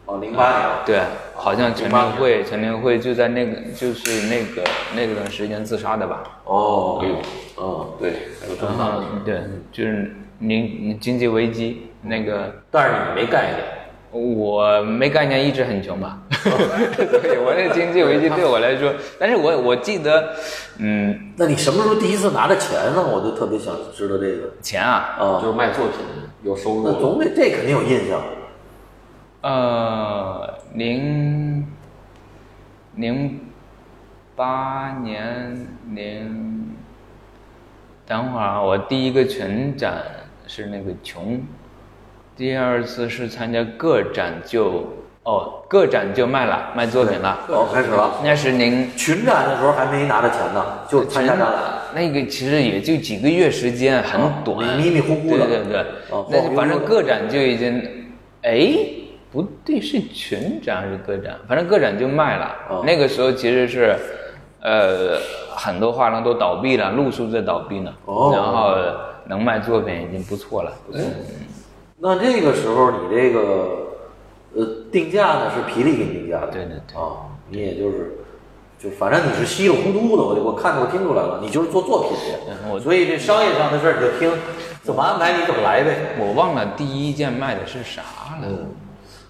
A: 哦，零八年，
B: 对，好像陈林慧，陈林慧就在那个就是那个那段时间自杀的吧？嗯
A: 哦，嗯，对，有这么大的事儿
B: 对，就是您您经济危机那个。
A: 但是你没概念，
B: 我没概念，一直很穷吧。对，我那经济危机对我来说，但是我我记得，嗯，
A: 那你什么时候第一次拿着钱呢？我就特别想知道这个
B: 钱啊，
A: 啊，
D: 就是卖作品有收入
A: 那
D: 了，
A: 总得这肯定有印象，
B: 呃，零零八年零，等会儿啊，我第一个群展是那个穷，第二次是参加个展就哦，个展就卖了，卖作 品了。
A: 哦，开始了。
B: 那是您
A: 群展的时候还没拿着钱呢，就是参加展览，哦
B: 那个其实也就几个月时间，很短，
A: 迷迷糊糊的
B: 对对对
A: 哦，
B: 那
A: 晃悠
B: 反
A: 悠
B: 正
A: 的
B: 个展就已经，哎，不对，是群展还是个展？反正个展就卖了。
A: 哦
B: 那个时候其实是，呃，很多画廊都倒闭了，露宿在倒闭呢。
A: 哦
B: 然后能卖作品已经不错了。
A: 那这个时候你这个呃定价呢是皮力给你定价的，
B: 对对对
A: 啊，你也就是就反正你是稀里糊涂的，我就我看着我听出来了，你就是做作品的，
B: 嗯我
A: 所以这商业上的事儿你就听怎么安排你怎么来呗。
B: 哎我忘了第一件卖的是啥了。
A: 嗯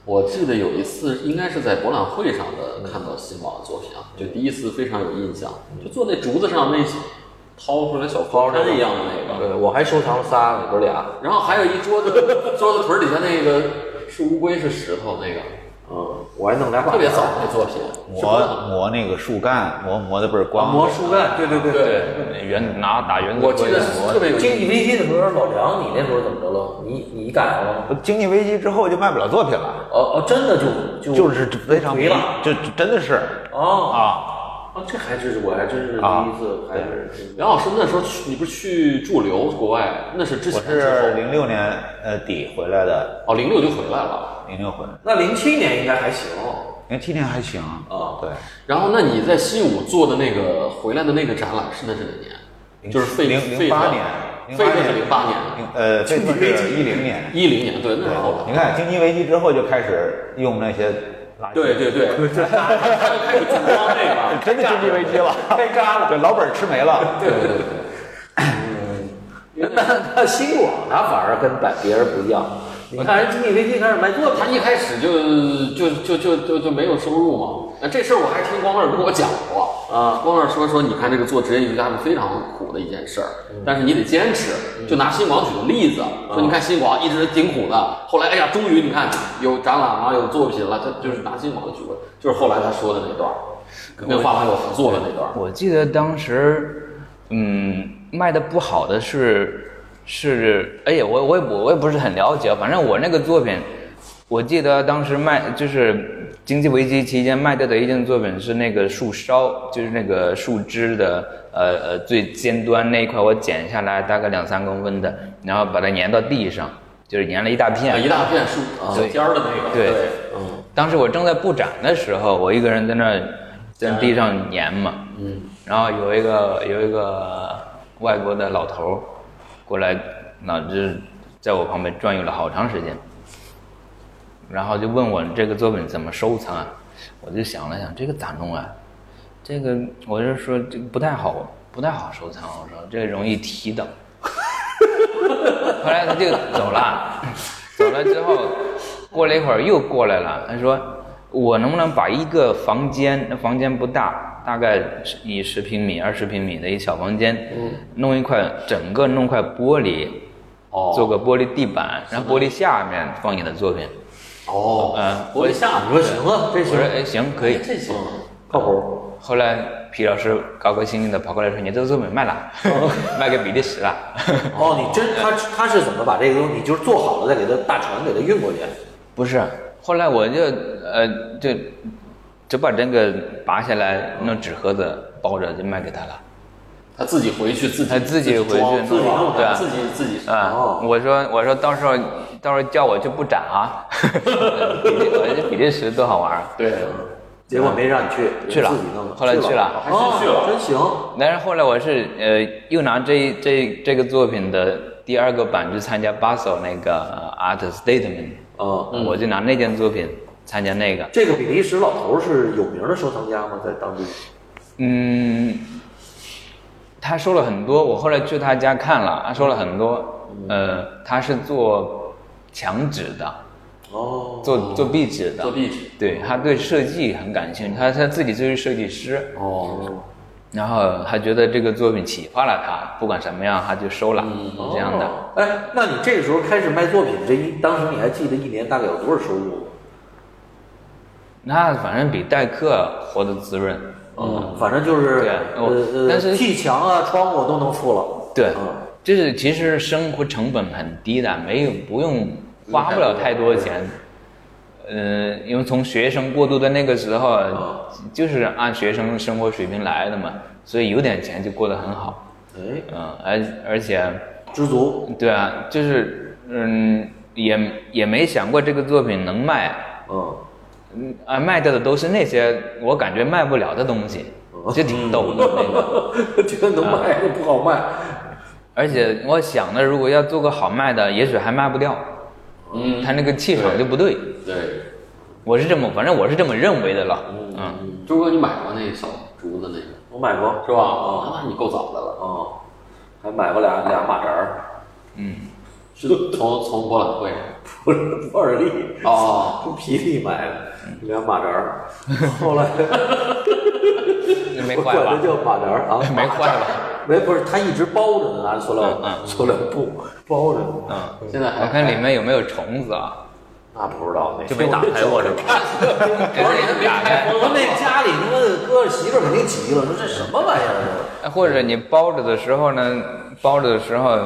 D: 我记得有一次，应该是在博览会上的看到新宝的作品啊，就第一次非常有印象，就坐那竹子上那掏出来小包山一样的那个，
A: 呃，我还收藏了仨，你哥俩，
D: 然后还有一桌子桌子腿儿底下那个是乌龟是石头那个，
A: 嗯，我还弄俩画
D: 特别早那作品，是
C: 磨
D: 吧
C: 磨那个树干，磨磨的倍儿光。
A: 啊磨树干，对对对
D: 对
B: 原拿打原子
D: 我记
B: 龟
D: 得是特别有印
A: 经
D: 象。
A: 济危机的时候，老梁，你那时候怎么着了？你你赶上了吗？
C: 经济危机之后就卖不了作品了，
A: 哦哦，真的就就
C: 就是非常
A: 没了
C: 就真的是
A: 哦
C: 啊，
A: 啊，这还真是我还真是第
C: 啊
A: 一次，还是
D: 梁老师那时候去，你不是去驻留国外？那是之
C: 我
D: 前
C: 是零六年呃底回来的，
D: 哦，零六就回来了。
C: 零六回来，
A: 那零七年应该还行
C: 零七年还行
A: 啊
C: 对，
D: 然后，那你在西武做的那个回来的那个展览是那是哪年？
C: 零
D: 就是费
C: 零
D: 费
C: 零八
D: 特
C: 年
D: 费特是零
C: 零
D: 八年，
C: 零呃，这个是一零年，
D: 一零年，对，那是后来。
C: 你看经济危机之后就开始用那些垃圾，
D: 对对对，他就开始组装这个。
C: 真的经济危机了，
A: 开扎了。
C: 对，老本儿吃没了，
D: 对对对对，
A: 那那新广它反而跟百别人不一样，你看人经济危机开始卖作
D: 他
A: 品，
D: 一开始就就就就就就没有收入嘛。那这事儿我还听光乐跟我讲过
A: 啊
D: 光乐说说，你看这个做职业艺术家是非常苦的一件事儿，
B: 嗯
D: 但是你得坚持。就拿新广举个例子，说你看新广一直挺苦的，后来哎呀，终于你看有展览了，有作品了，他就是拿新广举个，就是后来他说的那段儿，跟画廊有合作的那段儿。
B: 我记得当时，嗯，卖的不好的是是，哎呀，我我也不我也不是很了解，啊反正我那个作品，我记得当时卖就是经济危机期间卖掉的一件作品是那个树梢，就是那个树枝的呃呃最尖端那一块，我剪下来大概两三公分的，然后把它粘到地上，就是粘了一大片，
D: 啊一大片树小
B: 对
D: 尖儿的那个，
B: 对
D: 嗯，
B: 当时我正在布展的时候，我一个人在那儿在地上粘嘛，嗯，然后有一个有一个外国的老头儿过来，那就是在我旁边转悠了好长时间，然后就问我这个作品怎么收藏啊？我就想了想，这个咋弄啊？这个我就说这个不太好，不太好收藏。我说这个容易提档。后来他就走了， 走了之后，过了一会儿又过来了，他说我能不能把一个房间，那房间不大，大概是以十平米、二十平米的一小房间，
D: 嗯
B: 弄一块整个弄块玻璃，
D: 哦
B: 做个玻璃地板，然后玻璃下面放你的作品。
D: 哦，
B: 嗯
D: 我得下
A: 你说行啊，这
B: 我说
A: 行
B: 哎行可以，
D: 这行。
A: 靠谱。
B: 后来皮老师高高兴兴的跑过来说：“你这个作品卖 了，卖给比利时了。
A: 哦，你真他他是怎么把这个东西就是做好了再给它大船给它运过去？”
B: 不是，后来我就呃就就把这个拔下来，弄纸盒子包着就卖给他了。
D: 他自己回去，自己
B: 他自己回去
D: 装
B: 弄
D: 自己弄
B: 对
D: 的，
B: 啊
D: 自己自己
B: 啊、
A: 哦
B: 我说我说到时候到时候叫我去布展啊， 比利我这比利时多好玩儿。
D: 对，
A: 结果没让你去，
B: 去了
A: 自己弄的，
B: 后来去了
D: 还真去了
A: 哦真行。
B: 但是后来我是呃又拿这这这个作品的第二个版去参加 Basel 那个呃 Art Statement，、
A: 嗯，
B: 我就拿那件作品参加那个。
A: 这个比利时老头是有名的收藏家吗？在当地？
B: 嗯，他说了很多，我后来去他家看了，他说了很多。
D: 嗯
B: 呃，他是做墙纸的，
A: 哦，
B: 做做壁纸的，
D: 做壁纸。
B: 对，他对设计很感兴趣，他他自己就是设计师。
D: 哦，
B: 然后他觉得这个作品启发了他，不管什么样，他就收了，
D: 嗯
B: 这样的。
A: 哦。哎，那你这个时候开始卖作品，这一当时你还记得一年大概有多少收入吗？
B: 那反正比代课活得滋润。
A: 嗯，反正就是
B: 对啊
A: 呃
B: 我
A: 呃，
B: 但是
A: 砌墙啊、窗户都能付了。
B: 对
A: 嗯，
B: 就是其实生活成本很低的，没有不用花不了太多钱。嗯，因为从学生过渡的那个时候，就是按学生生活水平来的嘛，所以有点钱就过得很好。
A: 哎，
B: 嗯，而而且，
A: 知足，
B: 对啊，就是嗯，也也没想过这个作品能卖，
A: 嗯，
B: 嗯啊，卖掉的都是那些我感觉卖不了的东西，就挺逗的那个。
A: 觉得能卖又不好卖，
B: 而且我想的，如果要做个好卖的，也许还卖不掉，
D: 嗯，
B: 他那个气场就不对。
D: 对，
B: 我是这么，反正我是这么认为的了。嗯，
D: 朱哥，你买过那小竹子那个
A: 我买过，
D: 是吧？啊，那你够早的了。
A: 嗯，还买过俩俩马扎儿，
D: 是从从博览会
A: 不是布尔利，
D: 哦，
A: 从皮皮买的俩马扎儿，后来
B: 没
A: 我
B: 坏
A: 管它
B: 吧？
A: 叫马扎儿啊，
B: 没坏 吧？
A: 没不是，它一直包着呢，拿塑料塑料布包着呢，
B: 嗯，
D: 现在还
B: 我看里面有没有虫子啊？
A: 那不知道那
F: 就没打开过是 吧？
B: 给自己打开，
A: 我那家里他妈的哥媳妇儿肯定急了，说这什么玩意儿？啊
B: 哎或者你包着的时候呢，包着的时候，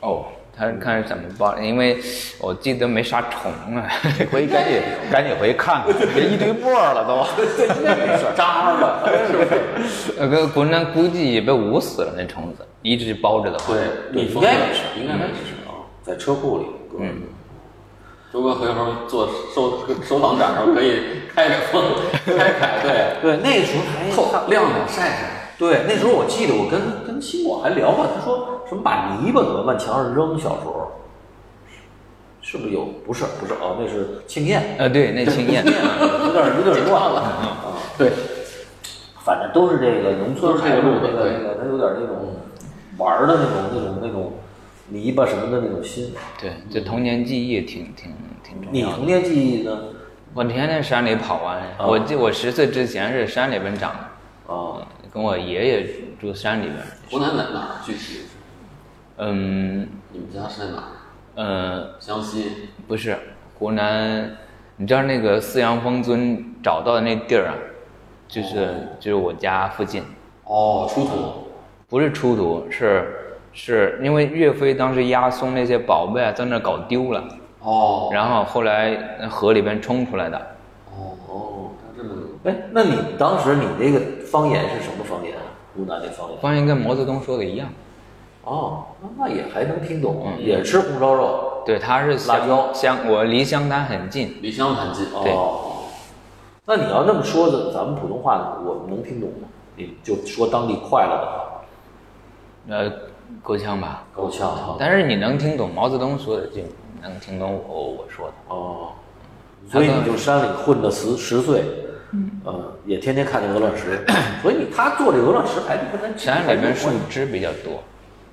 B: 哦，他看是怎么包，因为我记得没啥虫 啊。
C: 回去赶紧 赶紧回去看看，这一堆沫儿了都。
D: 扎了，是不是？
B: 那个呃国南估计也被捂死了，那虫子一直包着的话。
D: 对，
A: 对
D: 蜜蜂
A: 应该没事
D: 应该没事啊。
A: 在车库里，哥们儿
D: 朱哥回头做收收藏展时候可以开开风，开开对，
A: 对，那时候还
D: 透亮亮晒晒。
A: 对，那时候我记得我跟跟新果还聊过，他说什么把泥巴搁往墙上扔，小时候是不是有？不是，不是哦，那是庆宴，
D: 哎
B: 呃，对，那青燕。
A: 有点有点 乱了。啊，
D: 对，
A: 反正都是这个农村
D: 都是这个路子
A: 那个那个，他有点那种玩儿的那种那种那种泥巴什么的那种心。
B: 对，这童年记忆挺挺挺重
A: 你
B: 要的。
A: 童年记忆呢？
B: 我天天山里跑啊！
A: 哦
B: 我记我十岁之前是山里边长的，
A: 啊，
B: 跟我爷爷住山里边。
D: 湖南哪哪儿具体？
B: 嗯
D: 你们家是在哪儿？
B: 呃，
D: 湘西
B: 不是湖南，你知道那个四羊峰村找到的那地儿啊，就是、
A: 哦
B: 就是我家附近，
D: 哦，出土
B: 不是出土，是是因为岳飞当时押送那些宝贝啊，在那儿搞丢了，
D: 哦
B: 然后后来河里边冲出来的。
D: 哦哦，还这么有
A: 哎，那你当时你这个方言是什么方言啊？湖南那方言？
B: 方言跟毛泽东说的一样，
A: 哦，那也还能听懂，啊
D: 嗯
A: 也吃红烧肉。
B: 对，他是
A: 辣椒
B: 湘湘，我离湘潭很近。
D: 离湘潭近哦，
B: 对
A: 哦，那你要那么说的，咱们普通话我们能听懂吗？你就说当地快了的话，
B: 呃，够呛吧？
A: 够呛。
B: 但是你能听懂毛泽东说的，就能听懂我我说的。
A: 哦，所以你就山里混了十十岁，嗯，也天天看那鹅卵石，所以你他做这鹅卵石还跟咱
B: 山里边树枝比较多，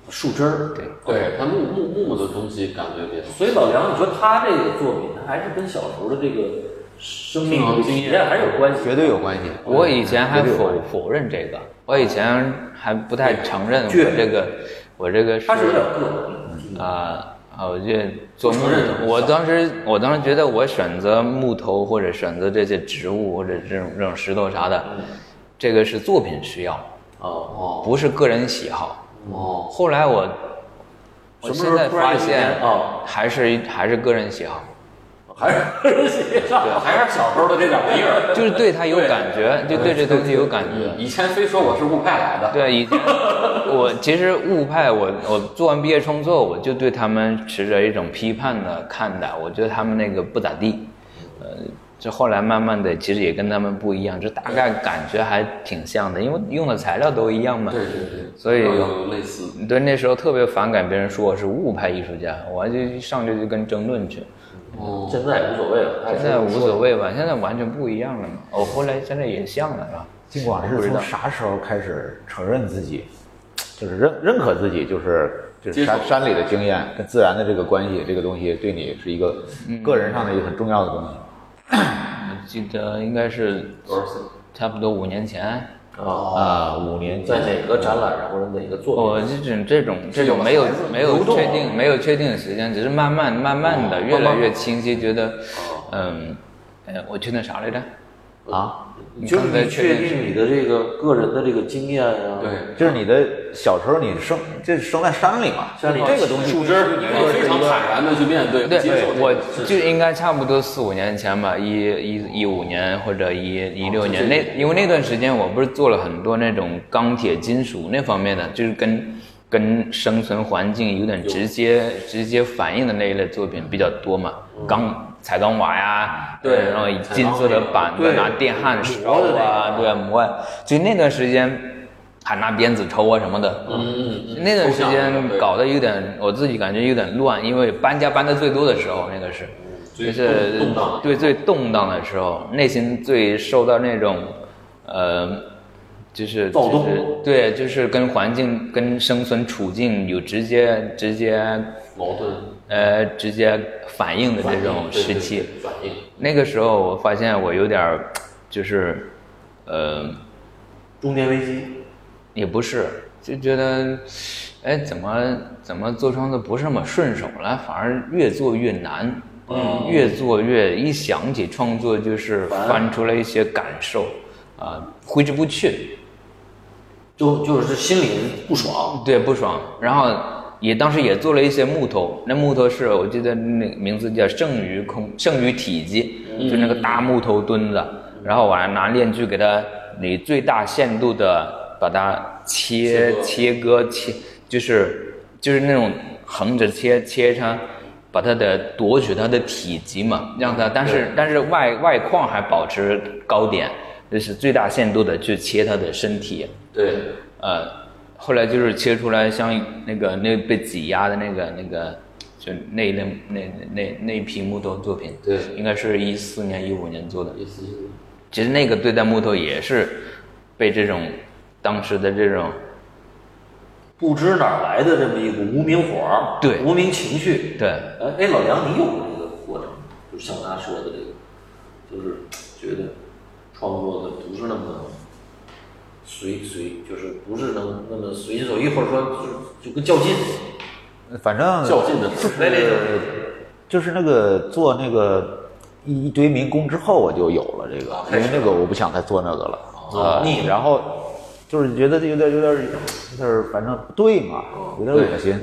A: 树枝儿，对。
D: 对，它木木木的东西感觉比较
A: 所以老梁，你说他这个作品，他还是跟小时候的这个生命
D: 生活经
A: 体
D: 验
A: 验还是有关系。
C: 绝对有关系。
B: 我以前还否否认这个，我以前还不太承认我
A: 倔
B: 这个我这个是
A: 他是有点个人
B: 啊啊，我就做木
D: 承认的
B: 我当时我当时觉得我选择木头或者选择这些植物或者这种这种石头啥的，这个是作品需要，
A: 哦，
B: 不是个人喜好。
D: 哦，
B: 后来我，
A: 什
B: 我
A: 么时
B: 现
A: 候
B: 在
A: 突然
B: 发
A: 有一
B: 现
A: 天哦
B: 还是还是个人喜好，
A: 还是写上
D: 我还是小时候的这点玩意儿。
B: 就是对他有感觉，就对这东西有感觉。
D: 以前非说我是雾派来的，
B: 对，以前我其实雾派，我我做完毕业创作，我就对他们持着一种批判的看待，我觉得他们那个不咋地，呃，这后来慢慢的其实也跟他们不一样，这大概感觉还挺像的，因为用的材料都一样嘛。
D: 对对对，
B: 所以
D: 有有类似
B: 对，那时候特别反感别人说我是雾派艺术家，我就一上去就跟争论去。
D: 哦，
A: 现在也无所谓了，他也
B: 现在无所谓吧，现在完全不一样了嘛。我、后来现在也像了，是吧？
C: 金广是从啥时候开始承认自己，就是认认可自己，就是就是
D: 接受
C: 山山里的经验跟自然的这个关系，这个东西对你是一个个人上的一个很重要的东西。
B: 我记得应该是
D: 多少岁？
B: 差不多五年前，
A: 啊，
C: 啊，五年
A: 在哪个展览上或者哪个作
B: 我这种这种这种没有没有确定没有确定的时间，只是慢慢慢哦慢的越来越清晰，觉得，嗯，哎，我确定啥来着？
C: 啊，
A: 品，就是你确定你的这个个人的这个经验呀，
D: 对，
C: 就是你的小时候你生这生在山里嘛，
A: 山里
C: 这个东西
A: 树枝儿
D: 你可以非常坦然的去面对、
B: 对
D: 接受这，个
B: 我
D: 事
B: 就
D: 实。
B: 应该差不多四五年前吧，一一一五年或者一一六
D: 哦就这
B: 年，那
D: 个
B: 因为那段时间我不是做了很多那种钢铁金属那方面的，就是跟跟生存环境有点直接直接反应的那一类作品比较多嘛，钢彩钢瓦呀，
D: 嗯对
B: 然后以金色的板子
A: 对
B: 拿电焊烧
A: 磨的那
B: 啊，对啊磨啊，就那段时间还拿鞭子抽啊什么的，嗯。
D: 嗯嗯，嗯
B: 那段时
D: 抽象
B: 间
D: 对
B: 搞得有点，我自己感觉有点乱，因为搬家搬的最多的时候，那个是，就
D: 最
B: 是
D: 动动荡的
B: 对最动荡的时候，内心最受到那种，呃，就是
A: 躁动
B: 就是对，就是跟环境、跟生存处境有直接直接
D: 矛盾
B: 呃直接反应的这种
D: 对对
B: 时期。
D: 对反应，
B: 那个时候，我发现我有点儿，就是，呃，
A: 中年危机，
B: 也不是，就觉得，哎，怎么怎么做创作不是那么顺手了，反而越做越难，嗯，越做越一想起创作就是翻出来一些感受，啊、挥之不去，
A: 就就是心里不爽，
B: 对，不爽。然后也当时也做了一些木头，那木头是我记得那个名字叫剩余空剩余体积，就那个大木头墩子，然后我还拿链锯给它以最大限度的把它切切割切，就是就是那种横着切切成。把它的夺取它的体积嘛，让它，但是但是外外框还保持高点，就是最大限度的去切它的身体。
D: 对，
B: 呃，后来就是切出来像那个那被挤压的那个那个，就那一类那那那一批木头作品，
D: 对
B: 应该是一四年一五年做的。
D: 意思就是
B: 其实那个对待木头也是被这种当时的这种
A: 不知哪儿来的这么一股无名火儿，
B: 对
A: 无名情绪。
B: 对
A: 哎，哎，老梁，你有没有这个过程？就像他说的这个，就是觉得创作的不是那么随随，就是不是能那么随心所欲，或者说就是就跟较劲，
C: 反正
D: 较劲的
A: 那那种。
C: 就是那个做那个一一堆民工之后，我就有了这个，因为那个我不想再做那个了呃
A: 哦腻了
C: 然后就是觉得有点有点有点，反正不对嘛，
A: 哦
C: 有点恶心。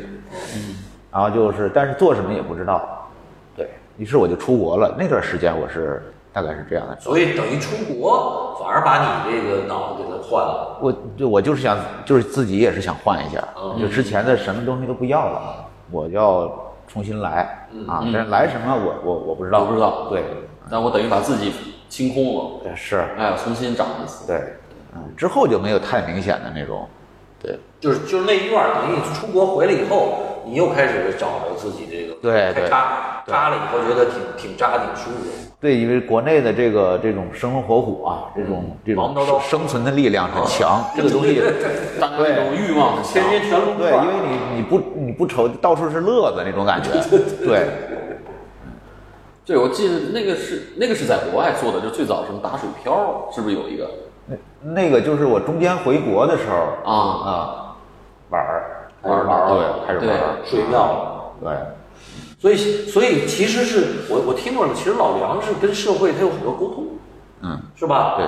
C: 嗯，然后就是，但是做什么也不知道。对于是我就出国了，那段时间我是大概是这样的。
A: 所以等于出国，反而把你这个脑子给它换了。
C: 我就我就是想，就是自己也是想换一下，就之前的什么东西都不要了，我要重新来啊！但是来什么我我我不知道，
D: 我不知道，
C: 对，，
D: 但我等于把自己清空了，
C: 对是，
D: 哎，重新长一次，
C: 对，嗯，之后就没有太明显的那种，对，
A: 就是就是那一段儿，等于你出国回来以后，你又开始找着自己这个
C: 对
A: 开
C: 对
A: 扎扎了以后，觉得挺挺扎挺舒服。
C: 对，因为国内的这个这种生龙活虎啊，这种这
A: 忙不着道
C: 种生存的力量很强，这个东西，
D: 大家那种欲望很强，
A: 天天全路
C: 对，因为你你不你不愁到处是乐子那种感觉，对，
D: 对，我记得那个是那个是在国外做的，就最早什么打水漂，是不是有一个？
C: 那个就是我中间回国的时候
D: 啊，
C: 啊，玩儿
A: 玩儿
C: 对，开始玩儿，
A: 睡觉了。
C: 对。
A: 所以所以其实是我我听过了，其实老梁是跟社会他有很多沟通，
C: 嗯，
A: 是吧？
C: 对，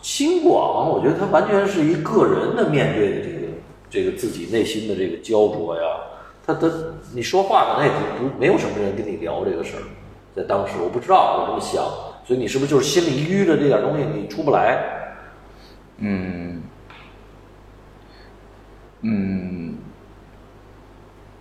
A: 新广我觉得他完全是一个人的面对的这个这个自己内心的这个焦灼呀。他他你说话可能也不不没有什么人跟你聊这个事儿，在当时我不知道我这么想，所以你是不是就是心里淤着这点东西你出不来？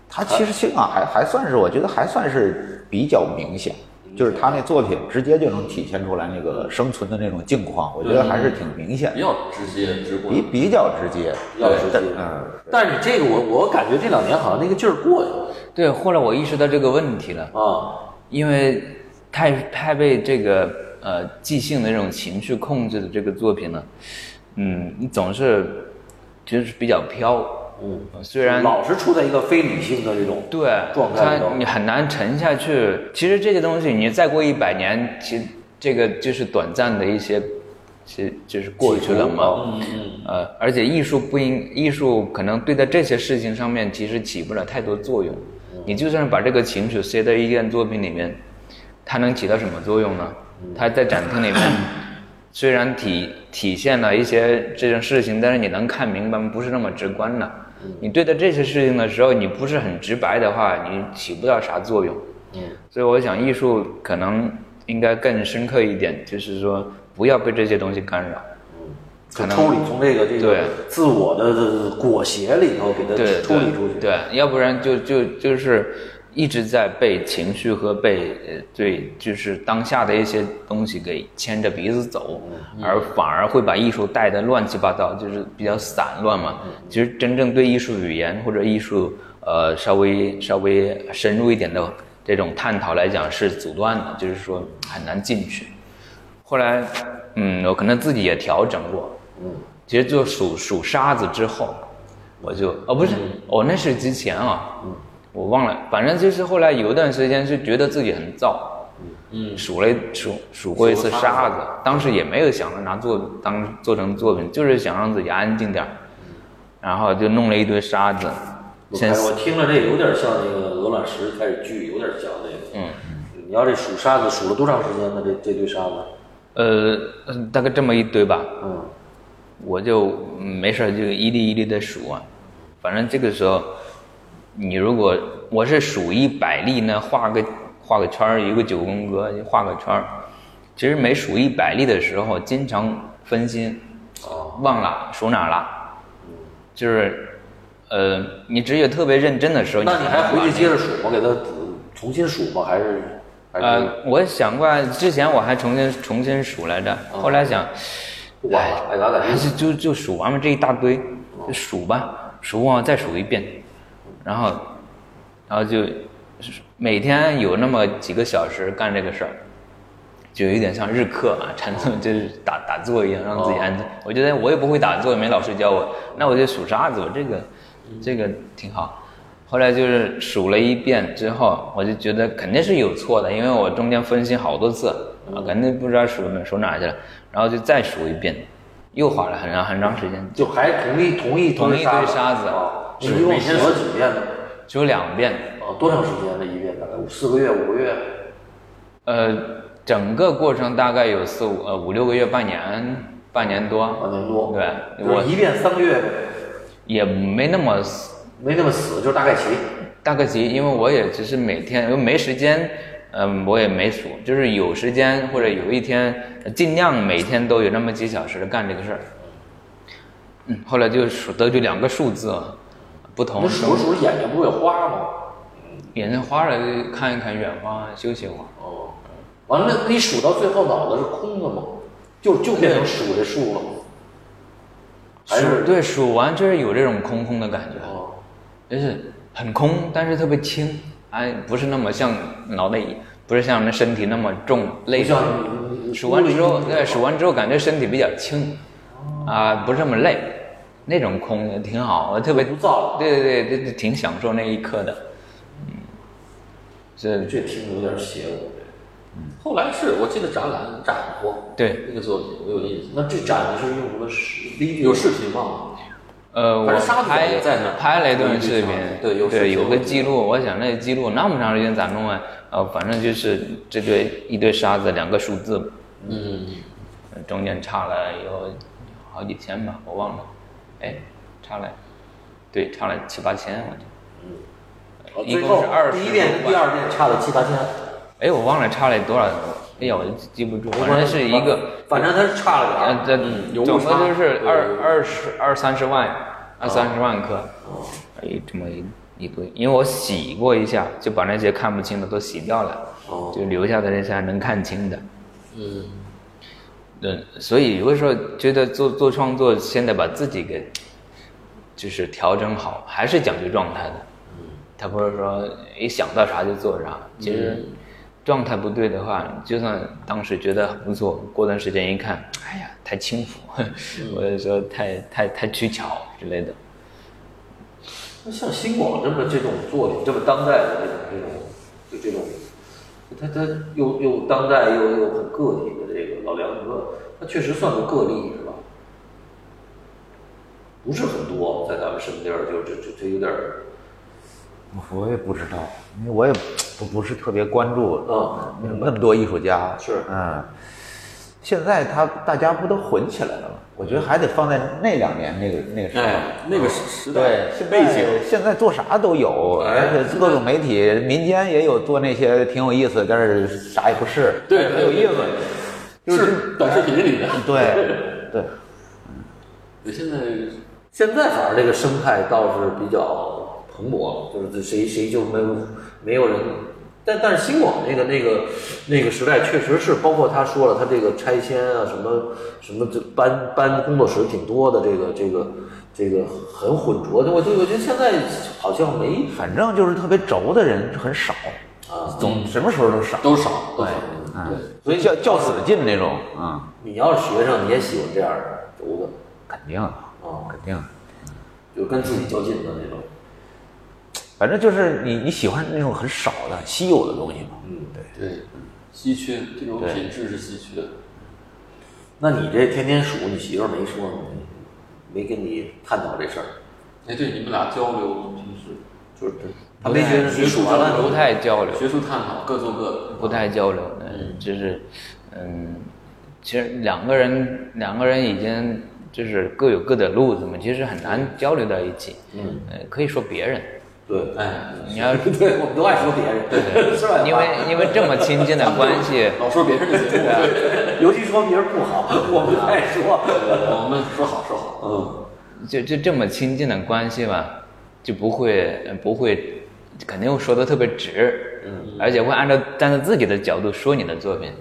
C: 他其实青港还还算是，我觉得还算是比较明显，就是他那作品直接就能体现出来那个生存的那种境况，我觉得还是挺明显
D: 比
C: 的，
D: 较直接直观
C: 比，比较直接，
A: 比较直接
C: 但嗯，
A: 但是你这个我我感觉这两年好像那个劲儿过去了
B: 对。后来我意识到这个问题了，
A: 啊，
B: 因为太太被这个呃即兴的这种情绪控制的这个作品呢，嗯，你总是就是比较飘，
A: 嗯，
B: 虽然
A: 老是处在一个非理性的这种
B: 对
A: 状态
B: 它
A: 中
B: 你很难沉下去。其实这个东西，你再过一百年，其实这个就是短暂的一些，是就是过去了嘛。嗯嗯。呃，而且艺术不应，艺术可能对待这些事情上面其实起不了太多作用。你就算把这个情绪塞到一件作品里面，它能起到什么作用呢？它在展厅 里面。虽然体体现了一些这种事情，但是你能看明白吗，不是那么直观的。你对待这些事情的时候，你不是很直白的话，你起不到啥作用。
A: 嗯，
B: 所以我想艺术可能应该更深刻一点，就是说不要被这些东西干扰。
A: 就抽离从这个这
B: 对
A: 个自我的裹挟里头给它
B: 对，
A: 抽离出去。
B: 对，对要不然就就就是一直在被情绪和被呃对，就是当下的一些东西给牵着鼻子走，
A: 嗯
B: 而反而会把艺术带得乱七八糟，就是比较散乱
A: 嗯
B: 嘛。其实真正对艺术语言或者艺术呃稍微稍微深入一点的这种探讨来讲是阻断的，就是说很难进去。后来，嗯，我可能自己也调整过，嗯，其实就数数沙子之后，我就哦不是，哦那是之前啊，嗯，我忘了，反正就是后来有一段时间是觉得自己很燥，嗯，数了一数数过一次沙子，当时也没有想着拿作当做成作品，就是想让自己安静点儿，然后就弄了一堆沙子，
A: 我
B: 先
A: 看我听着这有点像那个鹅卵石开始聚，有点像那个。嗯，你要这数沙子数了多长时间呢？这这堆沙子，
B: 呃嗯大概这么一堆吧，
A: 嗯，
B: 我就嗯没事儿就一粒一粒的数啊，反正这个时候，你如果我是数一百粒呢，画个画个圈儿，一个九宫格就画个圈儿。其实每数一百粒的时候，经常分心，哦忘了数哪儿了，就是，呃，你只有特别认真的时候，
A: 那你还回去
B: 接。
A: 接着数吗？给它重新数吗？还是还是
B: 呃，我想过啊，之前我还重新重新数来着，
A: 哦
B: 后来想，
A: 不管了？哎爱咋咋
B: 哎还
A: 地。
B: 是就就数完了这一大堆，就数吧，数完了再数一遍，然后，然后就每天有那么几个小时干这个事儿，就有点像日课啊，禅宗就是打打坐一样，让自己安静。我觉得我也不会打坐，没老师教我，那我就数沙子，我这个这个挺好。后来就是数了一遍之后，我就觉得肯定是有错的，因为我中间分心好多次啊，肯定不知道数哪数哪去了，然后就再数一遍，又花了很长很长时间，
A: 就还同一同一
B: 同一堆沙子
A: 哦
B: 是
A: 你一共
B: 每
A: 数
B: 天
A: 了几遍呢？
B: 数两遍，
A: 哦，多长时间的一遍？大概五四个月、五个月？
B: 呃，整个过程大概有四五呃五六个月，半年半年多，
A: 半年啊多。
B: 对
A: 就是
B: 我
A: 一遍三个月呗，
B: 也没那么
A: 没那么死，就是大概齐。
B: 大概齐，因为我也只是每天，因为没时间，嗯，我也没数，就是有时间或者有一天，尽量每天都有那么几小时干这个事儿。嗯，后来就数得就两个数字嘛，不同
A: 那，数着数着眼睛不会有花吗？
B: 眼睛花了就看一看远方，休息会儿。
A: 哦，完了，那你数到最后脑子是空的吗？就就变成数这数了吗？还
B: 数
A: 是
B: 对数完就是有这种空空的感觉，
A: 哦，
B: 就是很空，但是特别轻，哎，不是那么像脑袋一，不是像那身体那么重累
A: 不
B: 的。
A: 像你你
B: 数完之后，对，嗯数
A: 完
B: 完之后感觉身体比较轻，啊、不是那么累，那种空也挺好，我特别
A: 不燥了
B: 对对对对对，挺享受那一刻的，嗯，是，
A: 这听着有点邪乎。
D: 后来是我记得展览展过，
B: 对
D: 那个作品我有印象。
A: 那这展是用什么视力
D: 有视频吗？
B: 呃，我
D: 反正沙子
B: 拍
D: 也在那儿
B: 拍了一段
D: 有一
B: 视
D: 场
B: 频，
D: 对有视
B: 对
D: 频
B: 有
D: 我
B: 个
D: 记
B: 记录，我想那个记录那么长时间咋弄啊？呃，反正就是这堆一堆沙子，两个数字，呃
D: 嗯，
B: 中间差了有好几千吧，我忘了，哎，差了，对，差了七八千，我觉得。
D: 嗯
A: 哦
B: 一
A: 最
B: 共
A: 后
B: 是20
A: 第一遍跟第二遍差了七八千，
B: 哎，我忘了差了多少，哎呀，我记不住，反正是一个，
A: 反正它是差了点
B: 呃
A: 儿，。嗯
B: 这
D: 有
B: 总
D: 误
B: 共
D: 差
B: 就是
D: 对
B: 二二十二三十万，二三十万颗，
D: 哦
B: 哎，这么一一堆，因为我洗过一下，就把那些看不清的都洗掉了，
A: 哦
B: 就留下的那些还能看清的，嗯，对，所以有的时候觉得做做创作，现在把自己给就是调整好，还是讲究状态的。他不是说一想到啥就做啥，其实状态不对的话，就算当时觉得很不错，过段时间一看，哎呀，太轻浮，或者说太太太取巧之类的。
A: 那像新广这么这种作品，这么当代的这种这种，就这种，他他又又当代又又很个体的这个老梁，你说他确实算个个例是吧？不是很多，在咱们身边儿就这这这有点儿，
C: 我也不知道，因为我也不不是特别关注
A: 嗯
C: 那么多艺术家
A: 是
C: 嗯，现在他大家不都混起来了吗？我觉得还得放在那两年那个那个时候。
D: 哎，那个时时代
C: 对，现在
D: 背景，
C: 现在做啥都有，而且各种媒体、民间也有做那些挺有意思，但是啥也不是。
D: 对，很有意思，是短视频里的。
C: 对，对，
D: 对，现在
A: 现在反而这个生态倒是比较蓬勃了，就是这谁谁就没有没有人。但但是新广那个那个那个时代确实是，包括他说了，他这个拆迁啊，什么什么这搬搬工作室挺多的，这个这个这个很混浊的。我就我觉得现在好像没
C: 反正就是特别轴的人很少，
A: 啊，
C: 总什么时候都少，
D: 都少，都少。
C: 嗯
D: 对，
C: 所以较较死劲那种，嗯，
A: 你要是学生，你也喜欢这样的轴子
C: 肯定啊，
A: 啊，
C: 肯定啊。
A: 就跟自己较劲的那种。
C: 反正就是你你喜欢那种很少的稀有的东西嘛。
D: 对，稀缺，这种品质是稀缺。
A: 那你这天天数，你媳妇儿没说吗？没跟你探讨这事儿，
D: 哎，对，你们俩交流吗平时
A: 就是她没觉得你数完了，
B: 不太交流，
D: 学术探讨，各做各的。
B: 不太交流，嗯，就是，嗯，其实两个人两个人已经就是各有各的路子嘛，其实很难交流到一起，嗯，呃，可以说别人，
A: 对，
D: 哎，
B: 你要
A: 对，我们都爱说别人，对， 是吧？
B: 因为因为这么亲近的关系，
D: 老说别人的节目， 对，
A: 尤其说别人不 好，我们爱说。
D: 我们说好说好。
A: 嗯，
B: 就就这么亲近的关系吧，就不会呃不会，肯定说的特别直，嗯，而且会按照站在自己的角度说你的作品，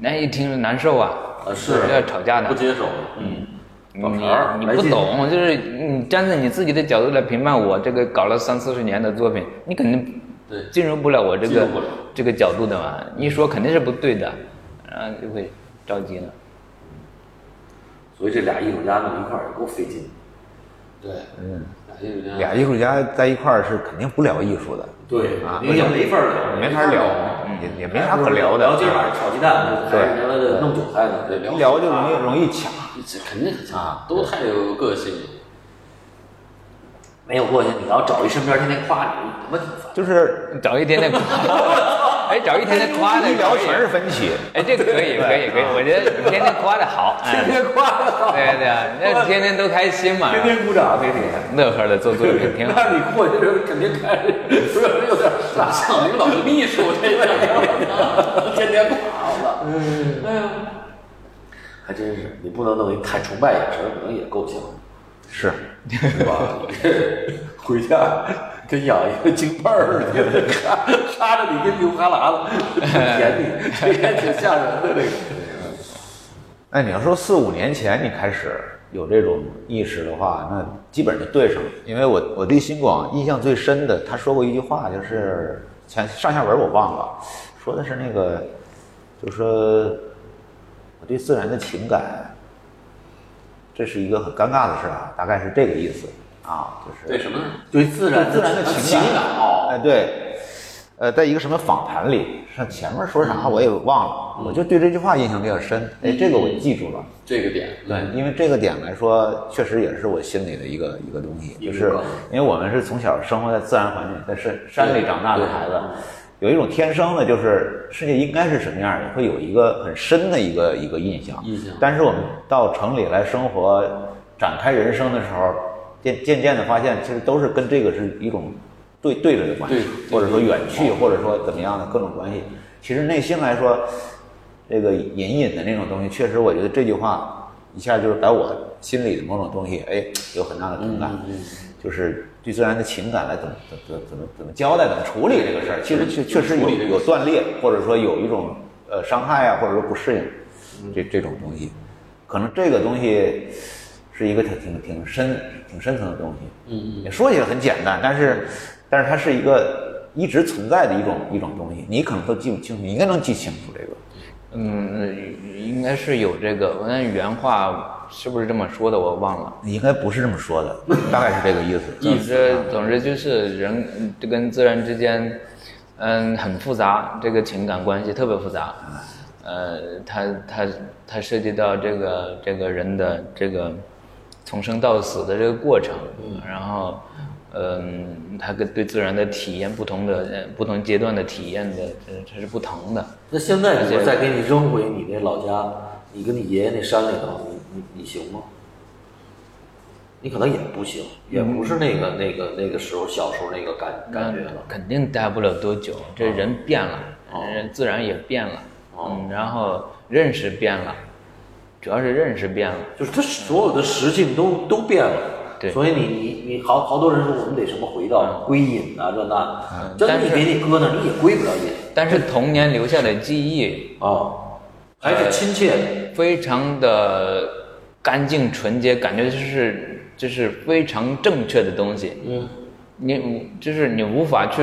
B: 那一听着难受啊，
A: 啊是
B: 要吵架的，
D: 不接受，
A: 嗯
B: 你
A: 找茬儿
B: 你
A: 来
B: 不
A: 劲
B: 懂，就是你站在你自己的角度来评判我这个搞了三四十年的作品，你肯定
D: 对
B: 进入不了我这
D: 进入
B: 个
D: 不了
B: 这个角度的嘛。一说肯定是不对的，然后就会着急了。
A: 所以这俩艺术家弄一块儿也够费劲。
D: 对，嗯，
C: 俩艺术家在一块儿是肯定不聊艺术的，
A: 对
C: 啊
A: 也没法聊，
C: 没法聊，也也没啥可聊
A: 然后
C: 的。
A: 今儿晚上炒鸡蛋，
C: 对
A: 还是他妈的弄韭菜呢，
D: 对
C: 一
D: 聊啊
C: 聊就容易容易卡。
D: 这肯定很强，都太有个性了。
A: 没有过去，你要找一身边天天夸你，他妈挺烦。
C: 就是
B: 找一天天夸， 哎，找一天天夸的
C: 一聊
B: 可以啊
C: 全是分歧，
B: 哎，这个可以，可以，可以，我觉得你天天夸的好，天天夸的好，对对对，那天天都开心嘛，
A: 天天鼓掌，天天。
B: 乐呵的做作品挺好。
A: 那你过去这肯定开始不是有点傻，
D: 像领导的秘书这样，天天夸我了。
A: 还真是你不能弄一太崇拜眼神，可能也够呛，
C: 是
A: 是吧？你这回家跟养一个京伴儿似的，哈着你跟牛哈喇 子舔你，这也挺吓人的。这个
C: 那你要说四五年前你开始有这种意识的话，那基本就对上了。因为我我对新广印象最深的，他说过一句话，就是前上下文我忘了，说的是那个，就说我对自然的情感，这是一个很尴尬的事啊，大概是这个意思啊，就是
D: 对什么呢？
A: 对自然
C: 自然的情感
A: 哦，
C: 哎，对，呃，在一个什么访谈里，上前面说啥我也忘了，我就对这句话印象比较深。哎，这个我记住了。
D: 这个点，
C: 对，因为这个点来说，确实也是我心里的一个一个东西，就是因为我们是从小生活在自然环境，在山山里长大的孩子，有一种天生的，就是世界应该是什么样儿的，会有一个很深的一个一个印象。
D: 印象
C: 但是我们到城里来生活，展开人生的时候，渐渐渐的发现，其实都是跟这个是一种对对着的关系，
D: 对
C: 或者说远去，或者说怎么样的各种关系。其实内心来说，这个隐隐的那种东西，确实我觉得这句话一下就是把我心里的某种东西，哎，有很大的同感，
D: 嗯
C: 就是对自然的情感来怎么怎么怎么怎么交代、怎么处理这个事儿，其实确确实有有断裂，或者说有一种呃伤害啊，或者说不适应，这这种东西，可能这个东西是一个挺挺挺深挺深层的东西，嗯嗯，说起来很简单，但是但是它是一个一直存在的一种一种东西，你可能都记不清楚，你应该能记清楚这个。
B: 嗯，应该是有这个，我那原话是不是这么说的，我忘了。
C: 你应该不是这么说的，大概是这个意思。
B: 总之，总之就是人嗯这跟自然之间，嗯，很复杂，这个情感关系特别复杂。呃，它它它涉及到这个这个人的这个从生到死的这个过程，然后，嗯，它跟对自然的体验，不同的呃不同阶段的体验的，这这是不同的。
A: 那现在如果再给你扔回你那老家，你跟你爷爷那山里头，你你行吗？你可能也不行，也不是那个、
B: 嗯
A: 那个那个时候小时候那个感感觉了。哦
B: 肯定待不了多久，这人变了，人自然也变了，
A: 哦
B: 嗯，然后认识变了，主要是认识变了，
A: 就是他所有的实境都都变了，
B: 对嗯
A: 所以你你你好好多人说我们得什么回到归隐啊这那，真的
B: 但
A: 你
B: 是
A: 给你搁那儿你也归不了隐
B: 但是童年留下的记忆
A: 啊，还是亲切的，
B: 非常的干净纯洁，感觉就是就是非常正确的东西，
A: 嗯，
B: 你就是你无法去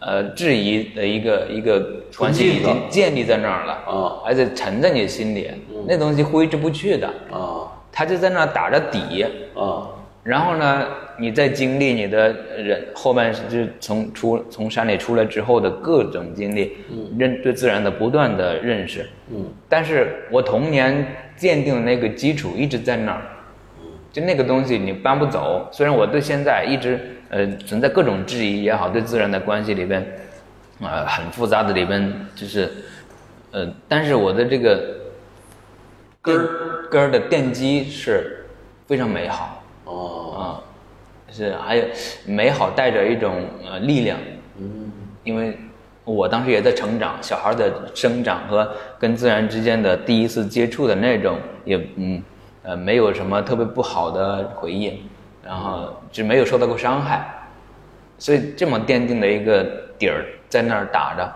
B: 呃质疑的一个一个关系
A: 纯
B: 已
A: 净
B: 经
A: 的
B: 建立在那儿了
A: 啊，
B: 而且沉在你心里，
A: 嗯
B: 那东西挥之不去的，
A: 啊
B: 它就在那儿打着底，
A: 啊
B: 然后呢，你再经历你的人后半生，就是从出从山里出来之后的各种经历，认对自然的不断的认识，嗯，但是我童年奠定的那个基础一直在那儿，就那个东西你搬不走。虽然我对现在一直呃存在各种质疑也好，对自然的关系里边，呃很复杂的里边就是，呃，但是我的这个根儿根儿的奠基是非常美好。
A: 哦
B: 啊，是还有美好带着一种呃力量，嗯，因为我当时也在成长，小孩的生长和跟自然之间的第一次接触的那种，也嗯呃没有什么特别不好的回忆，然后就没有受到过伤害，所以这么奠定的一个底儿在那儿打着，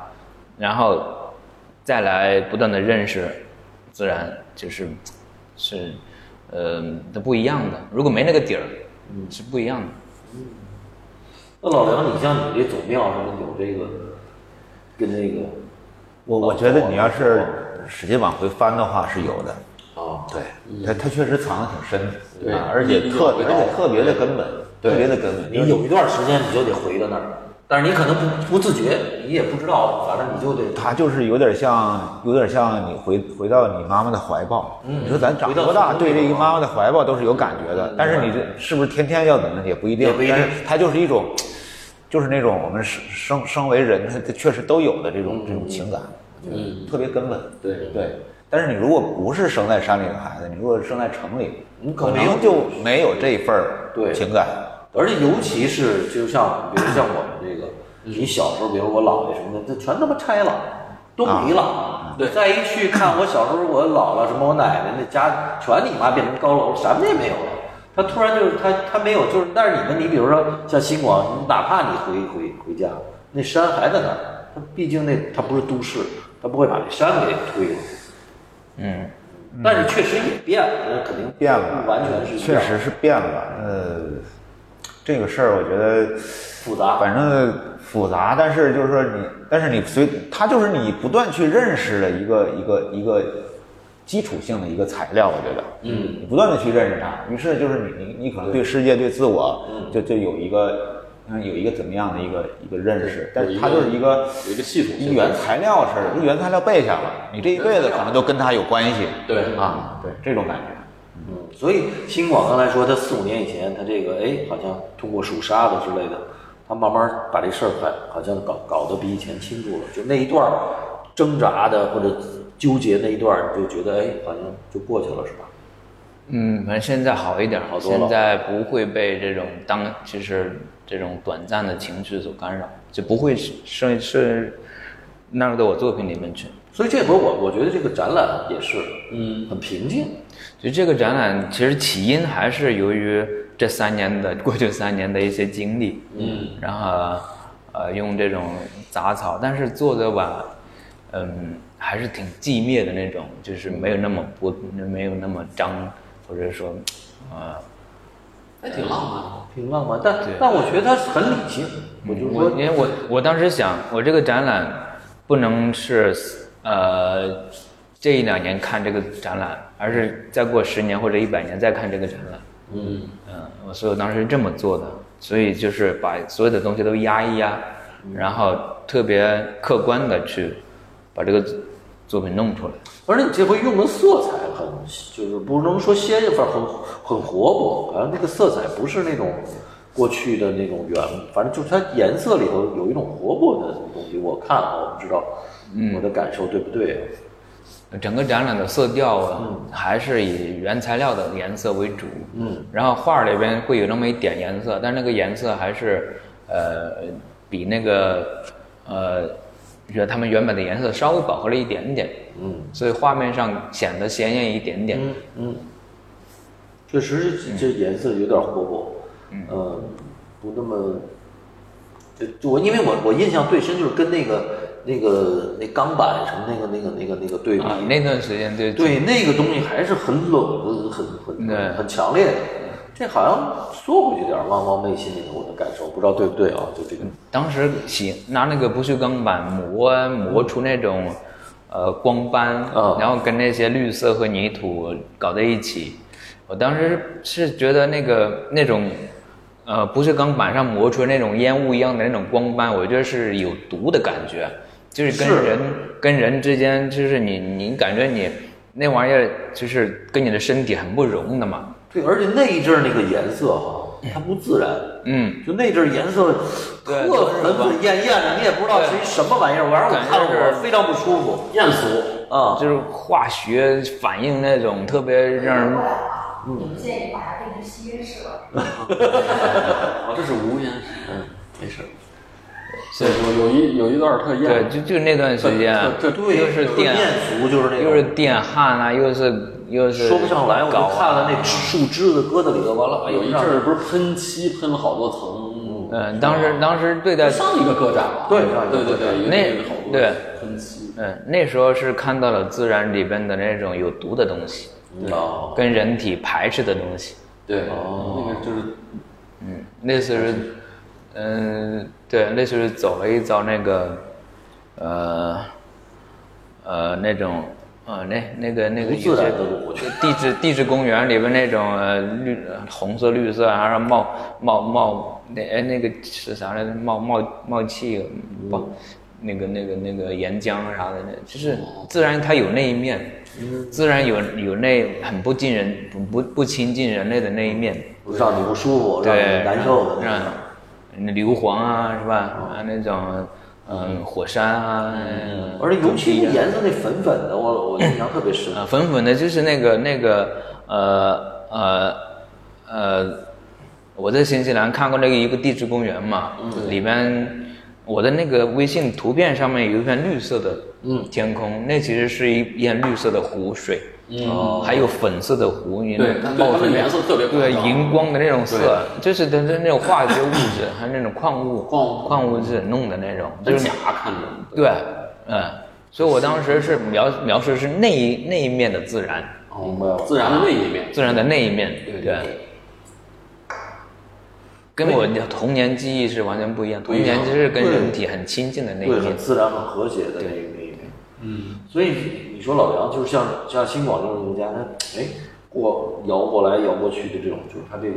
B: 然后再来不断的认识，自然就是是呃它不一样的。如果没那个底儿，是不一样的。
A: 那老梁，你像你这走庙什么有这个跟那个
C: 我我觉得你要是使劲往回翻的话是有的，
A: 啊，
C: 对，它它确实藏的挺深，
D: 对
C: 啊而且
D: 有
C: 特
D: 味
C: 而
D: 道
C: 且特别的根本，特别的根本。
A: 你有一段时间你就得回到那儿，但是你可能不不自觉，你也不知道，反正你就得
C: 它就是有点像，有点像你回回到你妈妈的怀抱。你说咱
A: 嗯
C: 长
A: 回到
C: 多大，
A: 童年
C: 对这个妈妈的怀抱都是有感觉的，但是你这是不是天天要怎么也不一定
A: 嗯也不一定
C: 但是它就是一种，就是那种我们生生生为人，它它确实都有的这种这种情感，嗯，特别根本。
D: 对
C: 对。但是你如果不是生在山里的孩子，你如果生在城里，
A: 你嗯可
C: 可
A: 没有
C: 能就没有这份儿
A: 对
C: 情感。
A: 而且尤其是就像比如像我们这个，
C: 嗯
A: 你小时候，比如我姥爷什么的，这全他妈拆了，都
C: 啊
A: 没了。对，再一去看我小时候，我姥姥什么，我奶奶那家全你妈变成高楼，什么也没有了。他突然就是他他没有，就是但是你们你比如说像新广，你哪怕你回回回家，那山还在那儿，它毕竟那它不是都市，它不会把这山给推了。嗯，但是确实也变了，那肯定
C: 变了
A: 不完全是一
C: 确
A: 样
C: 实是变了。呃，这个事儿我觉得
A: 复杂。
C: 反正复杂，但是就是说你，但是你随它就是你不断去认识的一个一个一个基础性的一个材料，我觉得，嗯，你不断的去认识它，于是就是你你你可能对世界对自我，就就有一个。嗯，有一个怎么样的一个一个认识，但是它就是一个
D: 有一个系统性
C: 一原材料似的，这原材料背下了，你这一辈子可能都跟它有关系。
D: 对哎
C: 啊，对这种感觉。
A: 嗯，所以新广刚才说，他四五年以前，他这个哎，好像通过属沙的之类的，他慢慢把这事儿还好像搞搞得比以前清楚了。就那一段儿挣扎的或者纠结那一段儿，你就觉得哎，好像就过去了，是吧？
B: 嗯，反正现在好一点，
A: 好多了
B: 现在不会被这种当就是这种短暂的情绪所干扰，就不会是是是纳入到我作品里面去。
A: 所以这回我我觉得这个展览也是，嗯，很平静，
B: 就这个展览，其实起因还是由于这三年的过去三年的一些经历，嗯，然后呃用这种杂草，但是做的吧，嗯，还是挺寂灭的那种，就是没有那么不没有那么张，或者说，呃，
D: 还哎挺浪漫的。
A: 挺浪漫。但但我觉得他很理性，我就
B: 我
A: 说
B: 因为我我当时想，我这个展览不能是呃这一两年看这个展览，而是再过十年或者一百年再看这个展览。
D: 嗯，
B: 嗯，我所以我当时是这么做的，所以就是把所有的东西都压一压，然后特别客观的去把这个作品弄出来。
A: 而且你这回用的色彩很，就是不能说鲜艳，反正很很活泼。反正那个色彩不是那种过去的那种原，反正就是它颜色里头有一种活泼的东西。我看了，我不知道我的感受对不对。啊
B: 整个展览的色调啊，还是以原材料的颜色为主。嗯，然后画儿里边会有那么一点颜色，但是那个颜色还是呃比那个呃，原他们原本的颜色稍微饱和了一点点。嗯，所以画面上显得鲜艳一点
A: 嗯
B: 点。
A: 确实是这颜色有点活泼，嗯，不那么，就就我因为我我印象最深就是跟那个那个那钢板什么那个那个那个那个对比，
B: 啊，那段时间对
A: 对那个东西还是很冷的，很很
B: 对
A: 很很强烈的。这好像缩回去点儿，汪汪内心里头我的感受，不知道对不对啊？就这个，
B: 当时洗拿那个不锈钢板磨磨出那种呃光斑，
A: 嗯
B: 然后跟那些绿色和泥土搞在一起。我当时是觉得那个那种呃不锈钢板上磨出那种烟雾一样的那种光斑，我觉得是有毒的感觉，就是跟人跟人之间，就是你你感觉你那玩意儿就是跟你的身体很不融的嘛。
A: 对，而且那一阵儿那个颜色哈、它不自然，
B: 嗯，
A: 就那阵儿颜色
B: 对
A: 特粉粉艳艳的，你也不知道是一什么玩意儿，反正我看
B: 感觉
A: 了
B: 是
A: 我非常不舒服。
D: 艳俗，
A: 啊，
B: 就是化学反应那种特别让人
F: 你们建议把它变成吸烟室了。
D: 啊，这是无烟室，嗯，没事。
B: 是
D: 所以说有一有一段特艳，
B: 对，就就那段时间啊，
D: 这这
A: 对，
B: 又是电，
A: 族，就是那
B: 又是电焊啊，又是又是
A: 说不上来，我就
B: 搞
A: 看
B: 啊。
A: 了那树枝子搁在里头，完了，哎呦
D: 有一阵儿不是喷漆喷了好多层，
B: 嗯，当时当时对待，
D: 上一个个展吧，
A: 对上一个
D: 对对对，有
B: 那
D: 有好多
B: 对
D: 喷漆，
B: 嗯，那时候是看到了自然里边的那种有毒的东西，
A: 啊，
B: 跟人体排斥的东西。
D: 对，那个就是
B: 那次是，嗯，对，那次是走了一遭那个，呃，呃，那种，呃，那那个那个
A: 不
B: 有
A: 自
B: 些
A: 然的路，我觉得
B: 地质地质公园里边那种呃绿红色绿色，啊然后冒冒冒那哎那个是啥来着？冒冒冒气不？
A: 嗯
B: 那个那个那个岩浆啥的，那就是
A: 哦
B: 自然它有那一面，
A: 嗯
B: 自然有有那很不近人不不不亲近人类的那一面。
A: 让你不舒服，嗯让
B: 对，
A: 你难受的那
B: 让
A: 种。哦
B: 那硫磺啊，是吧？啊，那种嗯火山啊，
A: 嗯而且尤其那颜色那粉粉的，我我印象特别深。
B: 呃粉粉的，就是那个那个呃呃呃，我在新西兰看过那个一个地质公园嘛，
D: 嗯
B: 里边我的那个微信图片上面有一片绿色的
D: 嗯
B: 天空，那其实是一片绿色的湖水。嗯，还有粉色的湖，对
D: 对它对它们颜色特别夸张
B: 对荧光的那种色，就是它的那种化学物质，还有那种矿物
D: 矿物
B: 矿物质弄的那种，就
D: 真
B: 是
D: 假看着，
B: 对，嗯，所以我当时是描描述是那一那一面的自然，
A: 明白了。
D: 自然的那一面，
B: 自然的那一面，对对。跟我的童年记忆是完全不一样，童年就是跟人体很亲近的那一
A: 对，
B: 面
A: 很。自然、很和谐的那一那一面。嗯，所以你你说老梁就是像像新广这种艺术家，他哎过摇过来摇过去的这种，就是他这个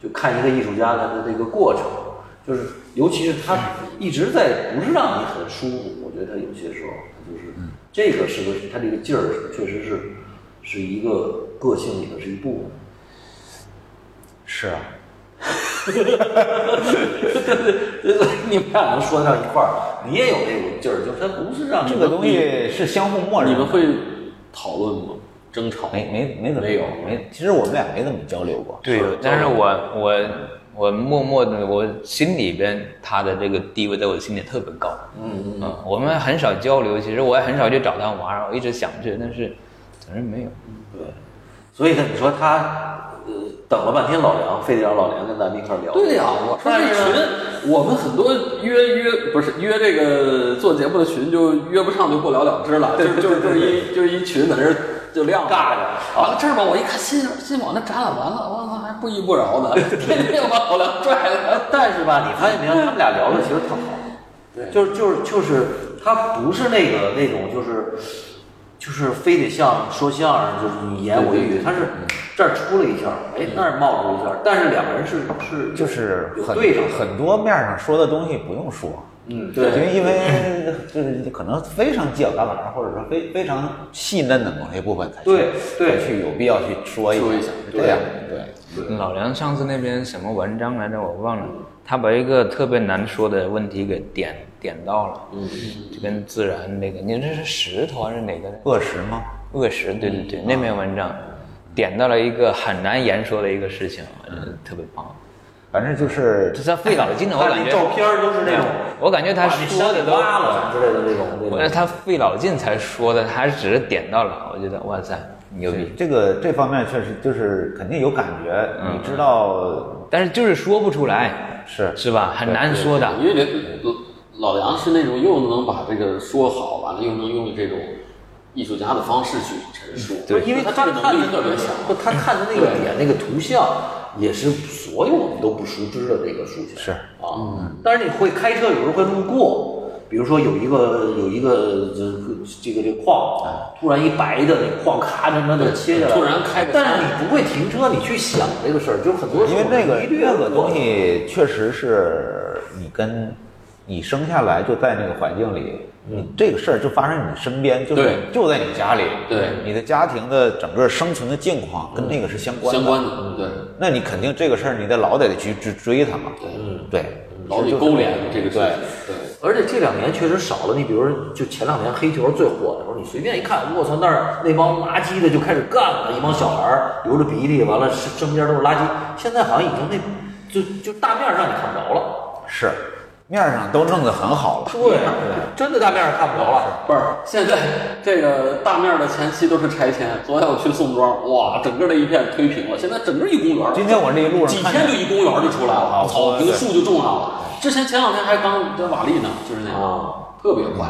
A: 就看一个艺术家他的这个过程，就是尤其是他一直在不是让你很舒服，我觉得他有些时候他就是、这个是个他这个劲儿是确实是是一个个性里的是一部分。
C: 是啊，
A: 你们俩能说得上一块儿，你也有那种劲儿，就是他不是让你
C: 这个东西是相互默认
D: 你
C: 的。
D: 们会讨论吗？争吵吗
C: 没没没怎么
D: 没有
C: 没，其实我们俩没怎么交流过。
B: 对，但是我我我默默的，我心里边他的这个地位在我心里特别高。嗯嗯，我们很少交流，其实我也很少去找他玩儿，我一直想去，但是总是没有。
A: 所以呢，你说他呃等了半天老梁，非得让老梁跟咱们一块儿聊。
D: 对呀、我说这群，我们很多约约不是约这个做节目的群就约不上，就不了了之了，就是就是就是一就是一群在那儿就晾尬着。啊完了这儿吧，我一看新新网那展览完了，我操还不依不饶呢，天天要把我俩拽了。
A: 但是吧，你发现没有，他们俩聊的其实特好，对，就是就是就是他不是那个那种就是就是非得像说相声就是你言我语，他是这儿出了一下，哎那儿冒出一下，但是两个人是是
C: 就是
A: 有
C: 很
A: 对上的
C: 很多面上说的东西不用说，
A: 嗯
C: 因
A: 对
C: 为因为就是可能非常犄角旮旯，或者说非非常细嫩的某些部分才去
A: 对对
C: 才去有必要去说一
D: 说一下
C: 对呀对。
B: 嗯老梁上次那篇什么文章来着，我忘了。他把一个特别难说的问题给点点到了，嗯，就跟自然那个，你这是石头还是哪个？
C: 饿食吗？
B: 恶食，对对对，那篇文章点到了一个很难言说的一个事情，我觉得特别棒。
C: 反正就是
B: 就嗯他费脑筋的，我
A: 看
B: 感
A: 那照
B: 觉，
A: 片儿都是那种
B: 我感觉他
A: 把那
B: 说
A: 山
B: 的
A: 给
B: 都，
A: 挖了之类的那种那
B: 我觉得
A: 种。
B: 他费脑筋才说的，他只是点到了，我觉得哇塞，牛逼。
C: 这个这方面确实就是肯定有感觉，
A: 嗯
C: 你知道
B: 但是就是说不出来，
C: 是
B: 是吧？很难说的。
D: 因为这老杨是那种又能把这个说好，完了又能用这种艺术家的方式去陈述，
A: 对，因为
D: 他
A: 他
D: 这个能
A: 看
D: 力
A: 的
D: 特别强。
A: 不，他看的那个点那个图像，也是所有我们都不熟知的这个数学。是啊，
C: 嗯
A: 但是你会开车，有时候会路过。比如说有一个有一个这这个这个
C: 嗯
A: 矿，突然一白的那矿咔他妈的切下来，
D: 突然开个
A: 但是你不会停车，你去想这个事儿，就是很多时
C: 因
A: 候
C: 为那个
A: 一略
C: 那个
A: 过
C: 东西确实是你跟你生下来就在那个环境里，你这个事儿就发生在你身边，就
D: 嗯对
C: 是就在你家里，
D: 对
C: 你的家庭的整个生存的境况跟那个是相关的
D: 相关的，对，
C: 那你肯定这个事儿，你得老得去追追他嘛。
D: 嗯
C: 对，
D: 老得勾连这个事情，对。
A: 而且这两年确实少了，你比如说就前两年黑球最火的时候，你随便一看，我操那儿那帮垃圾的就开始干了，一帮小孩儿流着鼻涕，完了身身边都是垃圾。现在好像已经那就就大面儿上你看不着了，
C: 是面儿上都弄得很好了。
A: 对，真的大面儿上看不着了。
D: 不是，现在这个大面儿的前期都是拆迁。昨天我去宋庄，哇，整个那一片推平了。现在整个一公园儿，
C: 今天我这一路上
D: 几
C: 看
D: 天
C: 见
D: 就一公园儿就出来了，
C: 我
D: 草坪
C: 对
D: 树就种上了。之前前两天还刚这瓦砾呢，就是那
C: 啊
A: 啊
D: 样，特别快。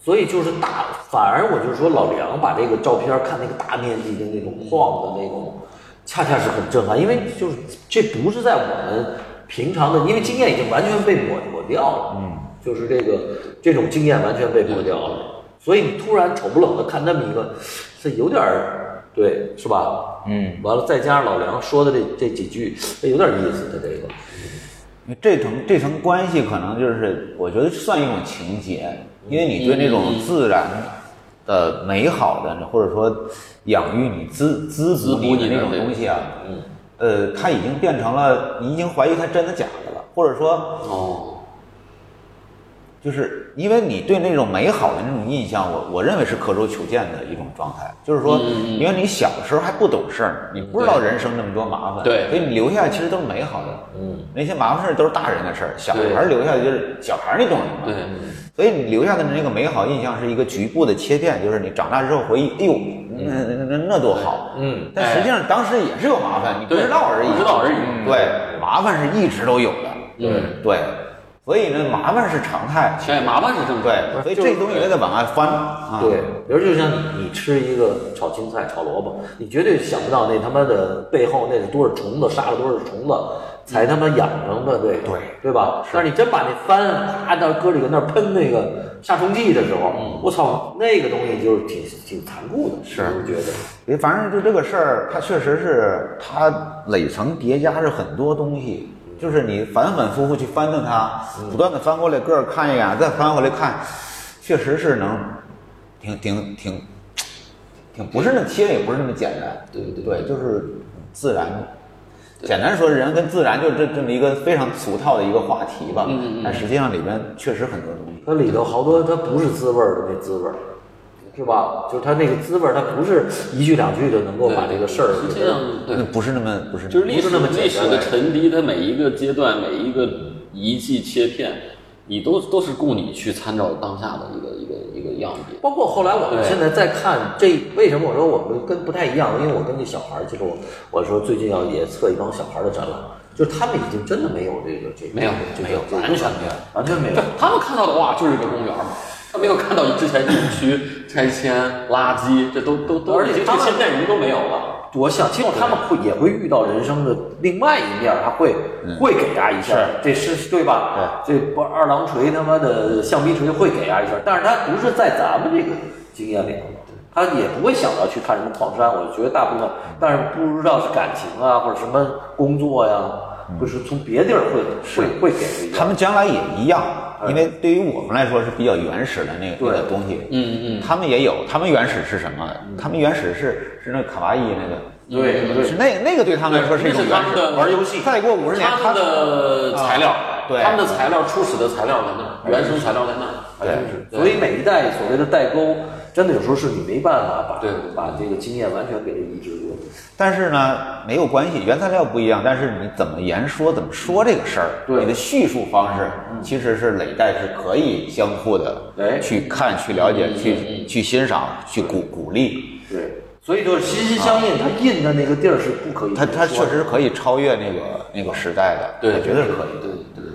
A: 所以就是大，反而我就是说老梁把这个照片儿看那个大面积的那种晃的那种，恰恰是很震撼，因为就是这不是在我们平常的，因为经验已经完全被抹抹掉了，嗯，就是这个这种经验完全被抹掉了，所以你突然瞅不冷的看那么一个，是有点儿对，是吧？
B: 嗯，
A: 完了再加上老梁说的这这几句，这有点意思，他这个，
C: 这层这层关系，可能就是我觉得算一种情节，因为你对那种自然的美好的，或者说养育你滋滋补
D: 滋补
C: 你
D: 你
C: 的
D: 的
C: 那种
D: 那种
C: 东西啊，呃，它已经变成了，你已经怀疑它真的假的了，或者说
D: 哦，
C: 就是因为你对那种美好的那种印象，我我认为是可周求见的一种状态。就是说，
D: 嗯
C: 因为你小时候还不懂事儿，你不知道人生那么多麻烦，
D: 对
C: 所以你留下的其实都是美好的。嗯，那些麻烦事儿都是大人的事儿，小
D: 对
C: 孩儿留下的就是小孩儿那种什
D: 对
C: 么。，所以你留下的那个美好印象是一个局部的切片，就是你长大之后回忆，哎呦，那那那那多好。嗯，但实际上当时也是有麻烦，你不
D: 哎对
C: 知道而已。
D: 不知道而已
C: 嗯对，麻烦是一直都有的。
D: 嗯
C: 对，所以呢，麻烦是常态。
D: 哎，麻烦是正常。
C: 对，所以这东西也得往外翻啊。
A: 对，比如就像你，你吃一个炒青菜、炒萝卜，你绝对想不到那他妈的背后那是多少虫子，杀了多少虫子，才他妈养成的，对对对吧？但是你真把那翻啪到搁里搁那儿喷那个杀虫剂的时候，我操，那个东西就是挺挺残酷的，嗯是不觉得？
C: 对，反正就这个事儿，它确实是它累层叠加着很多东西，就是你反反复复去翻腾它，
D: 嗯
C: 不断的翻过来个儿看一眼，再翻回来看，确实是能挺挺挺挺不是那切也不是那么简单。
D: 对对
C: 对，就是自然。简单说，人跟自然就这这么一个非常俗套的一个话题
D: 嗯
C: 吧，但实际上里面确实很多东西。
A: 它里头好多它不是滋味儿的那滋味儿，是吧？就是它那个滋味儿，它不是一句两句的能够把这个事儿
D: 实
A: 给
D: 际
A: 它
D: 上，对
C: 那，不是那么不是那么
D: 就是历史
A: 不是那么简单
D: 历史的沉积，它每一个阶段、每一个遗迹切片，你都都是供你去参照当下的一个一个一个样品。
A: 包括后来我们
D: 对
A: 现在在看这，为什么我说我们跟不太一样？因为我跟这小孩儿，就是我我说最近要也测一帮小孩儿的展览，就是他们已经真的没有这个这个
D: 没有
A: 这个
D: 没有
A: 这个
D: 完全没有
A: 完全没有。
D: 他们看到的哇，就是一个公园嘛，他没有看到之前疫区拆迁、垃圾，这都都都，
A: 而且
D: 已经
A: 他
D: 这
A: 们
D: 现代人都没有了。
A: 我想清楚，他们会也会遇到人生的另外一面儿，他会、会给他一下儿，这嗯是对吧？对，这不二郎锤他妈的橡皮锤会给他一下儿，但是他不是在咱们这个经验里头的，他也不会想到去看什么矿山，我觉得大部分，但是不知道是感情啊或者什么工作呀、不是从别地儿会会会给嗯他一下
C: 他们将来也一样，因为对于我们来说是比较原始的那个
A: 对
C: 那个东西。嗯嗯，他们也有，他们原始是什么？他们原始是是那卡哇伊那个，
A: 对对
C: 是那那个对他们来说是一种
D: 那是
C: 原
D: 他们
C: 始
D: 的
A: 玩游戏
C: 再过五十年，
D: 他们的材料，
C: 对
D: 他们的材料初始的材料在那儿，原生材料在那儿，
A: 还真是。所以每一代所谓的代沟，真的有时候是你没办法把
D: 对
A: 把这个经验完全给它移植过去。
C: 但是呢，没有关系，原材料不一样，但是你怎么言说、怎么说这个事儿，
A: 对
C: 你的叙述方式，其实是累代是可以相互的，
A: 哎
C: 去看、去了解、去去欣赏、去鼓鼓励，
A: 对，所以就是心心相印，它印的那个地儿是不可以
C: 它
A: 说的。
C: 它确实可以超越那个那个时代的，
D: 对
C: 我觉得是可以的。
D: 对对对。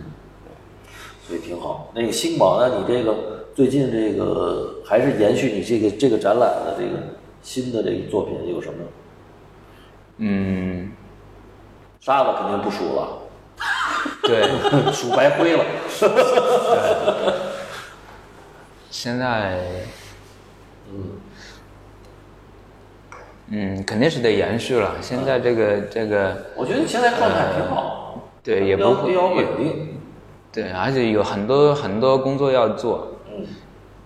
A: 所以挺好。那个星宝呢？你这个最近这个还是延续你这个这个展览的这个新的这个作品有什么？
B: 嗯，
A: 沙子肯定不数了，
B: 对，
A: 数白灰了。
B: 现在，嗯，嗯，肯定是得延续了。现在这个这个，
A: 我觉得你现在状态挺好，
B: 对，呃也
A: 比
B: 不
A: 较比
B: 会
A: 较稳定。
B: 对，而且有很多很多工作要做，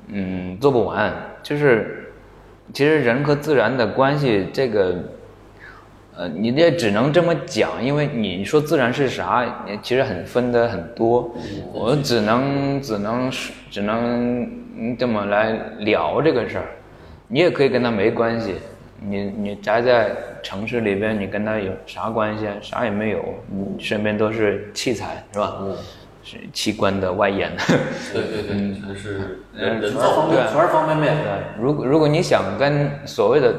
B: 嗯，做不完。就是，其实人和自然的关系，这个，呃，你也只能这么讲，因为你说自然是啥，也其实很分的很多，我只能只能是只能嗯这么来聊这个事儿。你也可以跟他没关系，你你宅在城市里边，你跟他有啥关系啊？啥也没有，你身边都是器材，是吧？是器官的外延。
D: 对对对，全是
B: 嗯
D: 人人
A: 全是
D: 造
A: 方
D: 的。
A: 便，全是方便面。
B: 如果如果你想跟所谓的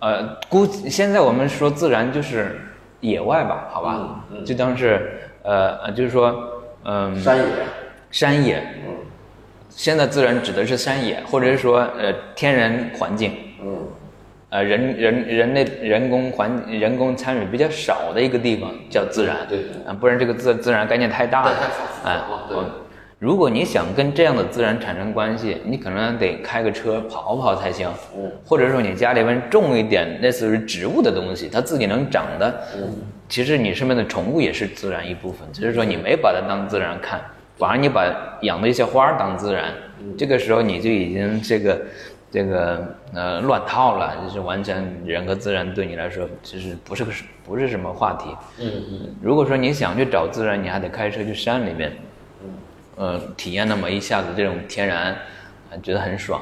B: 呃，估计现在我们说自然就是野外吧，好吧，
D: 嗯
B: 就当是呃呃，就是说嗯、
A: 山野，
B: 山野，
D: 嗯
B: 现在自然指的是山野，或者是说呃天然环境，
A: 嗯，
B: 呃人人人类人工环人工参与比较少的一个地方叫自然，
D: 对
B: 啊，不然这个自自然概念太大了，
D: 太复杂
B: 哎
D: 了，对
B: 我如果你想跟这样的自然产生关系，你可能得开个车跑跑才行，嗯，或者说你家里面种一点类似于植物的东西，它自己能长的，嗯，其实你身边的宠物也是自然一部分，只是说你没把它当自然看，反而你把养的一些花儿当自然，这个时候你就已经这个这个呃乱套了，就是完全人和自然对你来说就是不是个不是什么话题，
D: 嗯嗯，
B: 如果说你想去找自然，你还得开车去山里面，呃，体验那么一下子这种天然，啊，觉得很爽。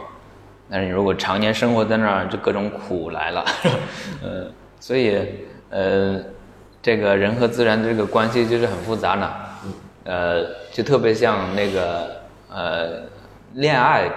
B: 但是你如果常年生活在那儿，就各种苦来了， 呃，所以呃，这个人和自然的这个关系就是很复杂呢，呃，就特别像那个呃恋爱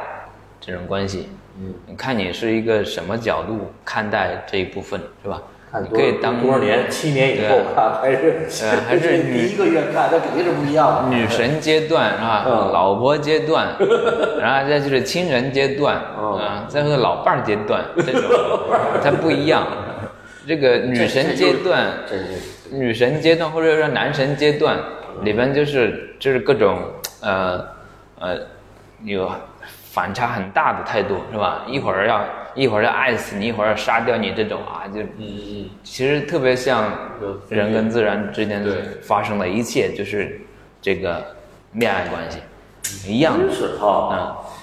B: 这种关系，嗯，你看你是一个什么角度看待这一部分，是吧？
A: 看
B: 你
A: 多
B: 可以当
A: 多少年，七年以后
B: 对
A: 看， 还是
B: 呃还是
A: 第一个月看，那肯定是不一样的。
B: 女神阶段啊，
A: 嗯
B: 老婆阶段， 然后再就是亲人阶段
A: 嗯
B: 啊，再是老伴儿阶段，这种它不一样。这个女神阶段，
D: 这是
B: 女神阶段或者说男神阶段里边，就是就是各种呃呃有反差很大的态度是吧？一会儿要一会儿要爱死你，一会儿要杀掉你这种啊，就
D: 嗯
B: 其实特别像
D: 有分
B: 人跟自然之间
D: 对
B: 发生的一切，就是这个恋爱关系一样的
A: 真是哈，
B: 啊。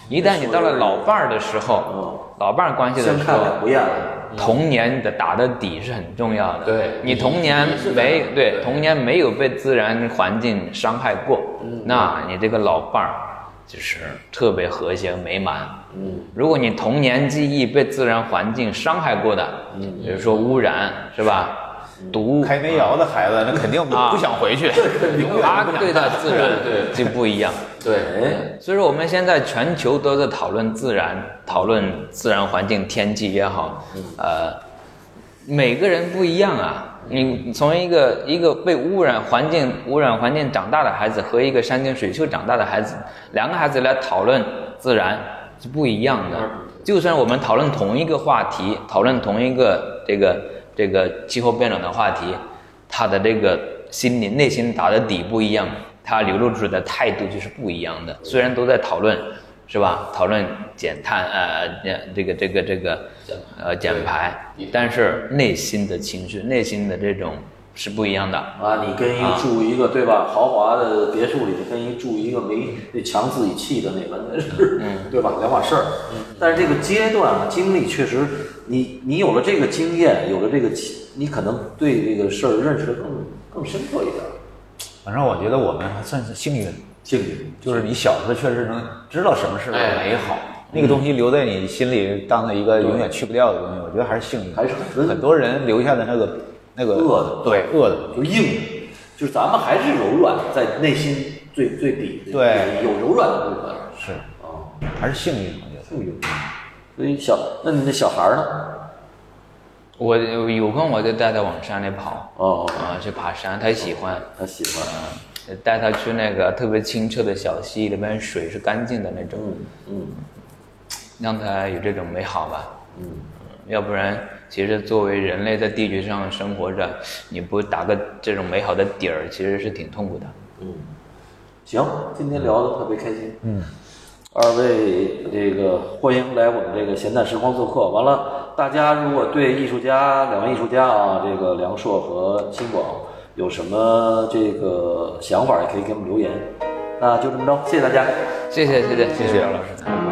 B: 一旦你到了老伴儿的时
A: 嗯
B: 候，老伴儿关系的
A: 先
B: 时
A: 看
B: 候，
A: 两不厌了。
B: 童年的打的底是很重要的。
D: 对
B: 你童年
D: 你是
B: 没
D: 这样
B: 对
D: 对
B: 童年没有被自然环境伤害过，那你这个老伴儿就是特别和谐美满。嗯，如果你童年记忆被自然环境伤害过的，比如说污染是吧，毒，
C: 开煤窑的孩子，那肯定不
B: 啊
C: 不想回去，
B: 他对待自然
D: 对对
B: 就不一样。
D: 嗯，对，
A: 哎，
B: 所以说，我们现在全球都在讨论自然，讨论自然环境、天气也好，呃，每个人不一样啊。你从一个一个被污染环境、污染环境长大的孩子和一个山清水秀长大的孩子，两个孩子来讨论自然是不一样的。就算我们讨论同一个话题，讨论同一个这个这个气候变暖的话题，他的这个心里内心打的底不一样，他流露出的态度就是不一样的。虽然都在讨论，是吧？讨论减碳，呃，呃这个这个这个，呃，减排，但是内心的情绪、内心的这种是不一样的。
A: 啊，你跟一个住一个、对吧豪华的别墅里，跟一住一个没那强自己砌的那完全是，对吧两码事儿。但是这个阶段啊，经历确实，你你有了这个经验，有了这个经，你可能对这个事儿认识的更更深刻一点。
C: 反正我觉得我们还算是幸运，
A: 幸运
C: 就是你小时候确实能知道什么是
D: 哎
C: 美好，那个东西留在你心里，当做一个永远去不掉的东西。我觉得还是幸运，
A: 还是很温
C: 很多人留下的那个那个
A: 恶的
C: 对恶的。
A: 就硬，就是咱们还是柔软，在内心最最底的
C: 对
A: 有柔软的部分。
C: 是，
A: 啊，
C: 还是幸运，我觉得。
A: 幸运。所以小，那你那小孩儿呢？
B: 我有空我就带他往山里跑，
A: 哦哦
B: 啊，去爬山，他喜欢，
A: 他喜欢啊。
B: 带他去那个特别清澈的小溪，里面水是干净的那种，
A: 嗯
B: 让他有这种美好吧。
A: 嗯，
B: 要不然，其实作为人类在地球上生活着，你不打个这种美好的底儿，其实是挺痛苦的。
A: 行，今天聊的特别开心。嗯，二位这个欢迎来我们这个闲淡时光做客。完了，大家如果对艺术家两位艺术家啊，这个梁硕和金广有什么这个想法，也可以给我们留言。那就这么着，谢谢大家。
B: 谢谢，谢谢，谢谢姚老师。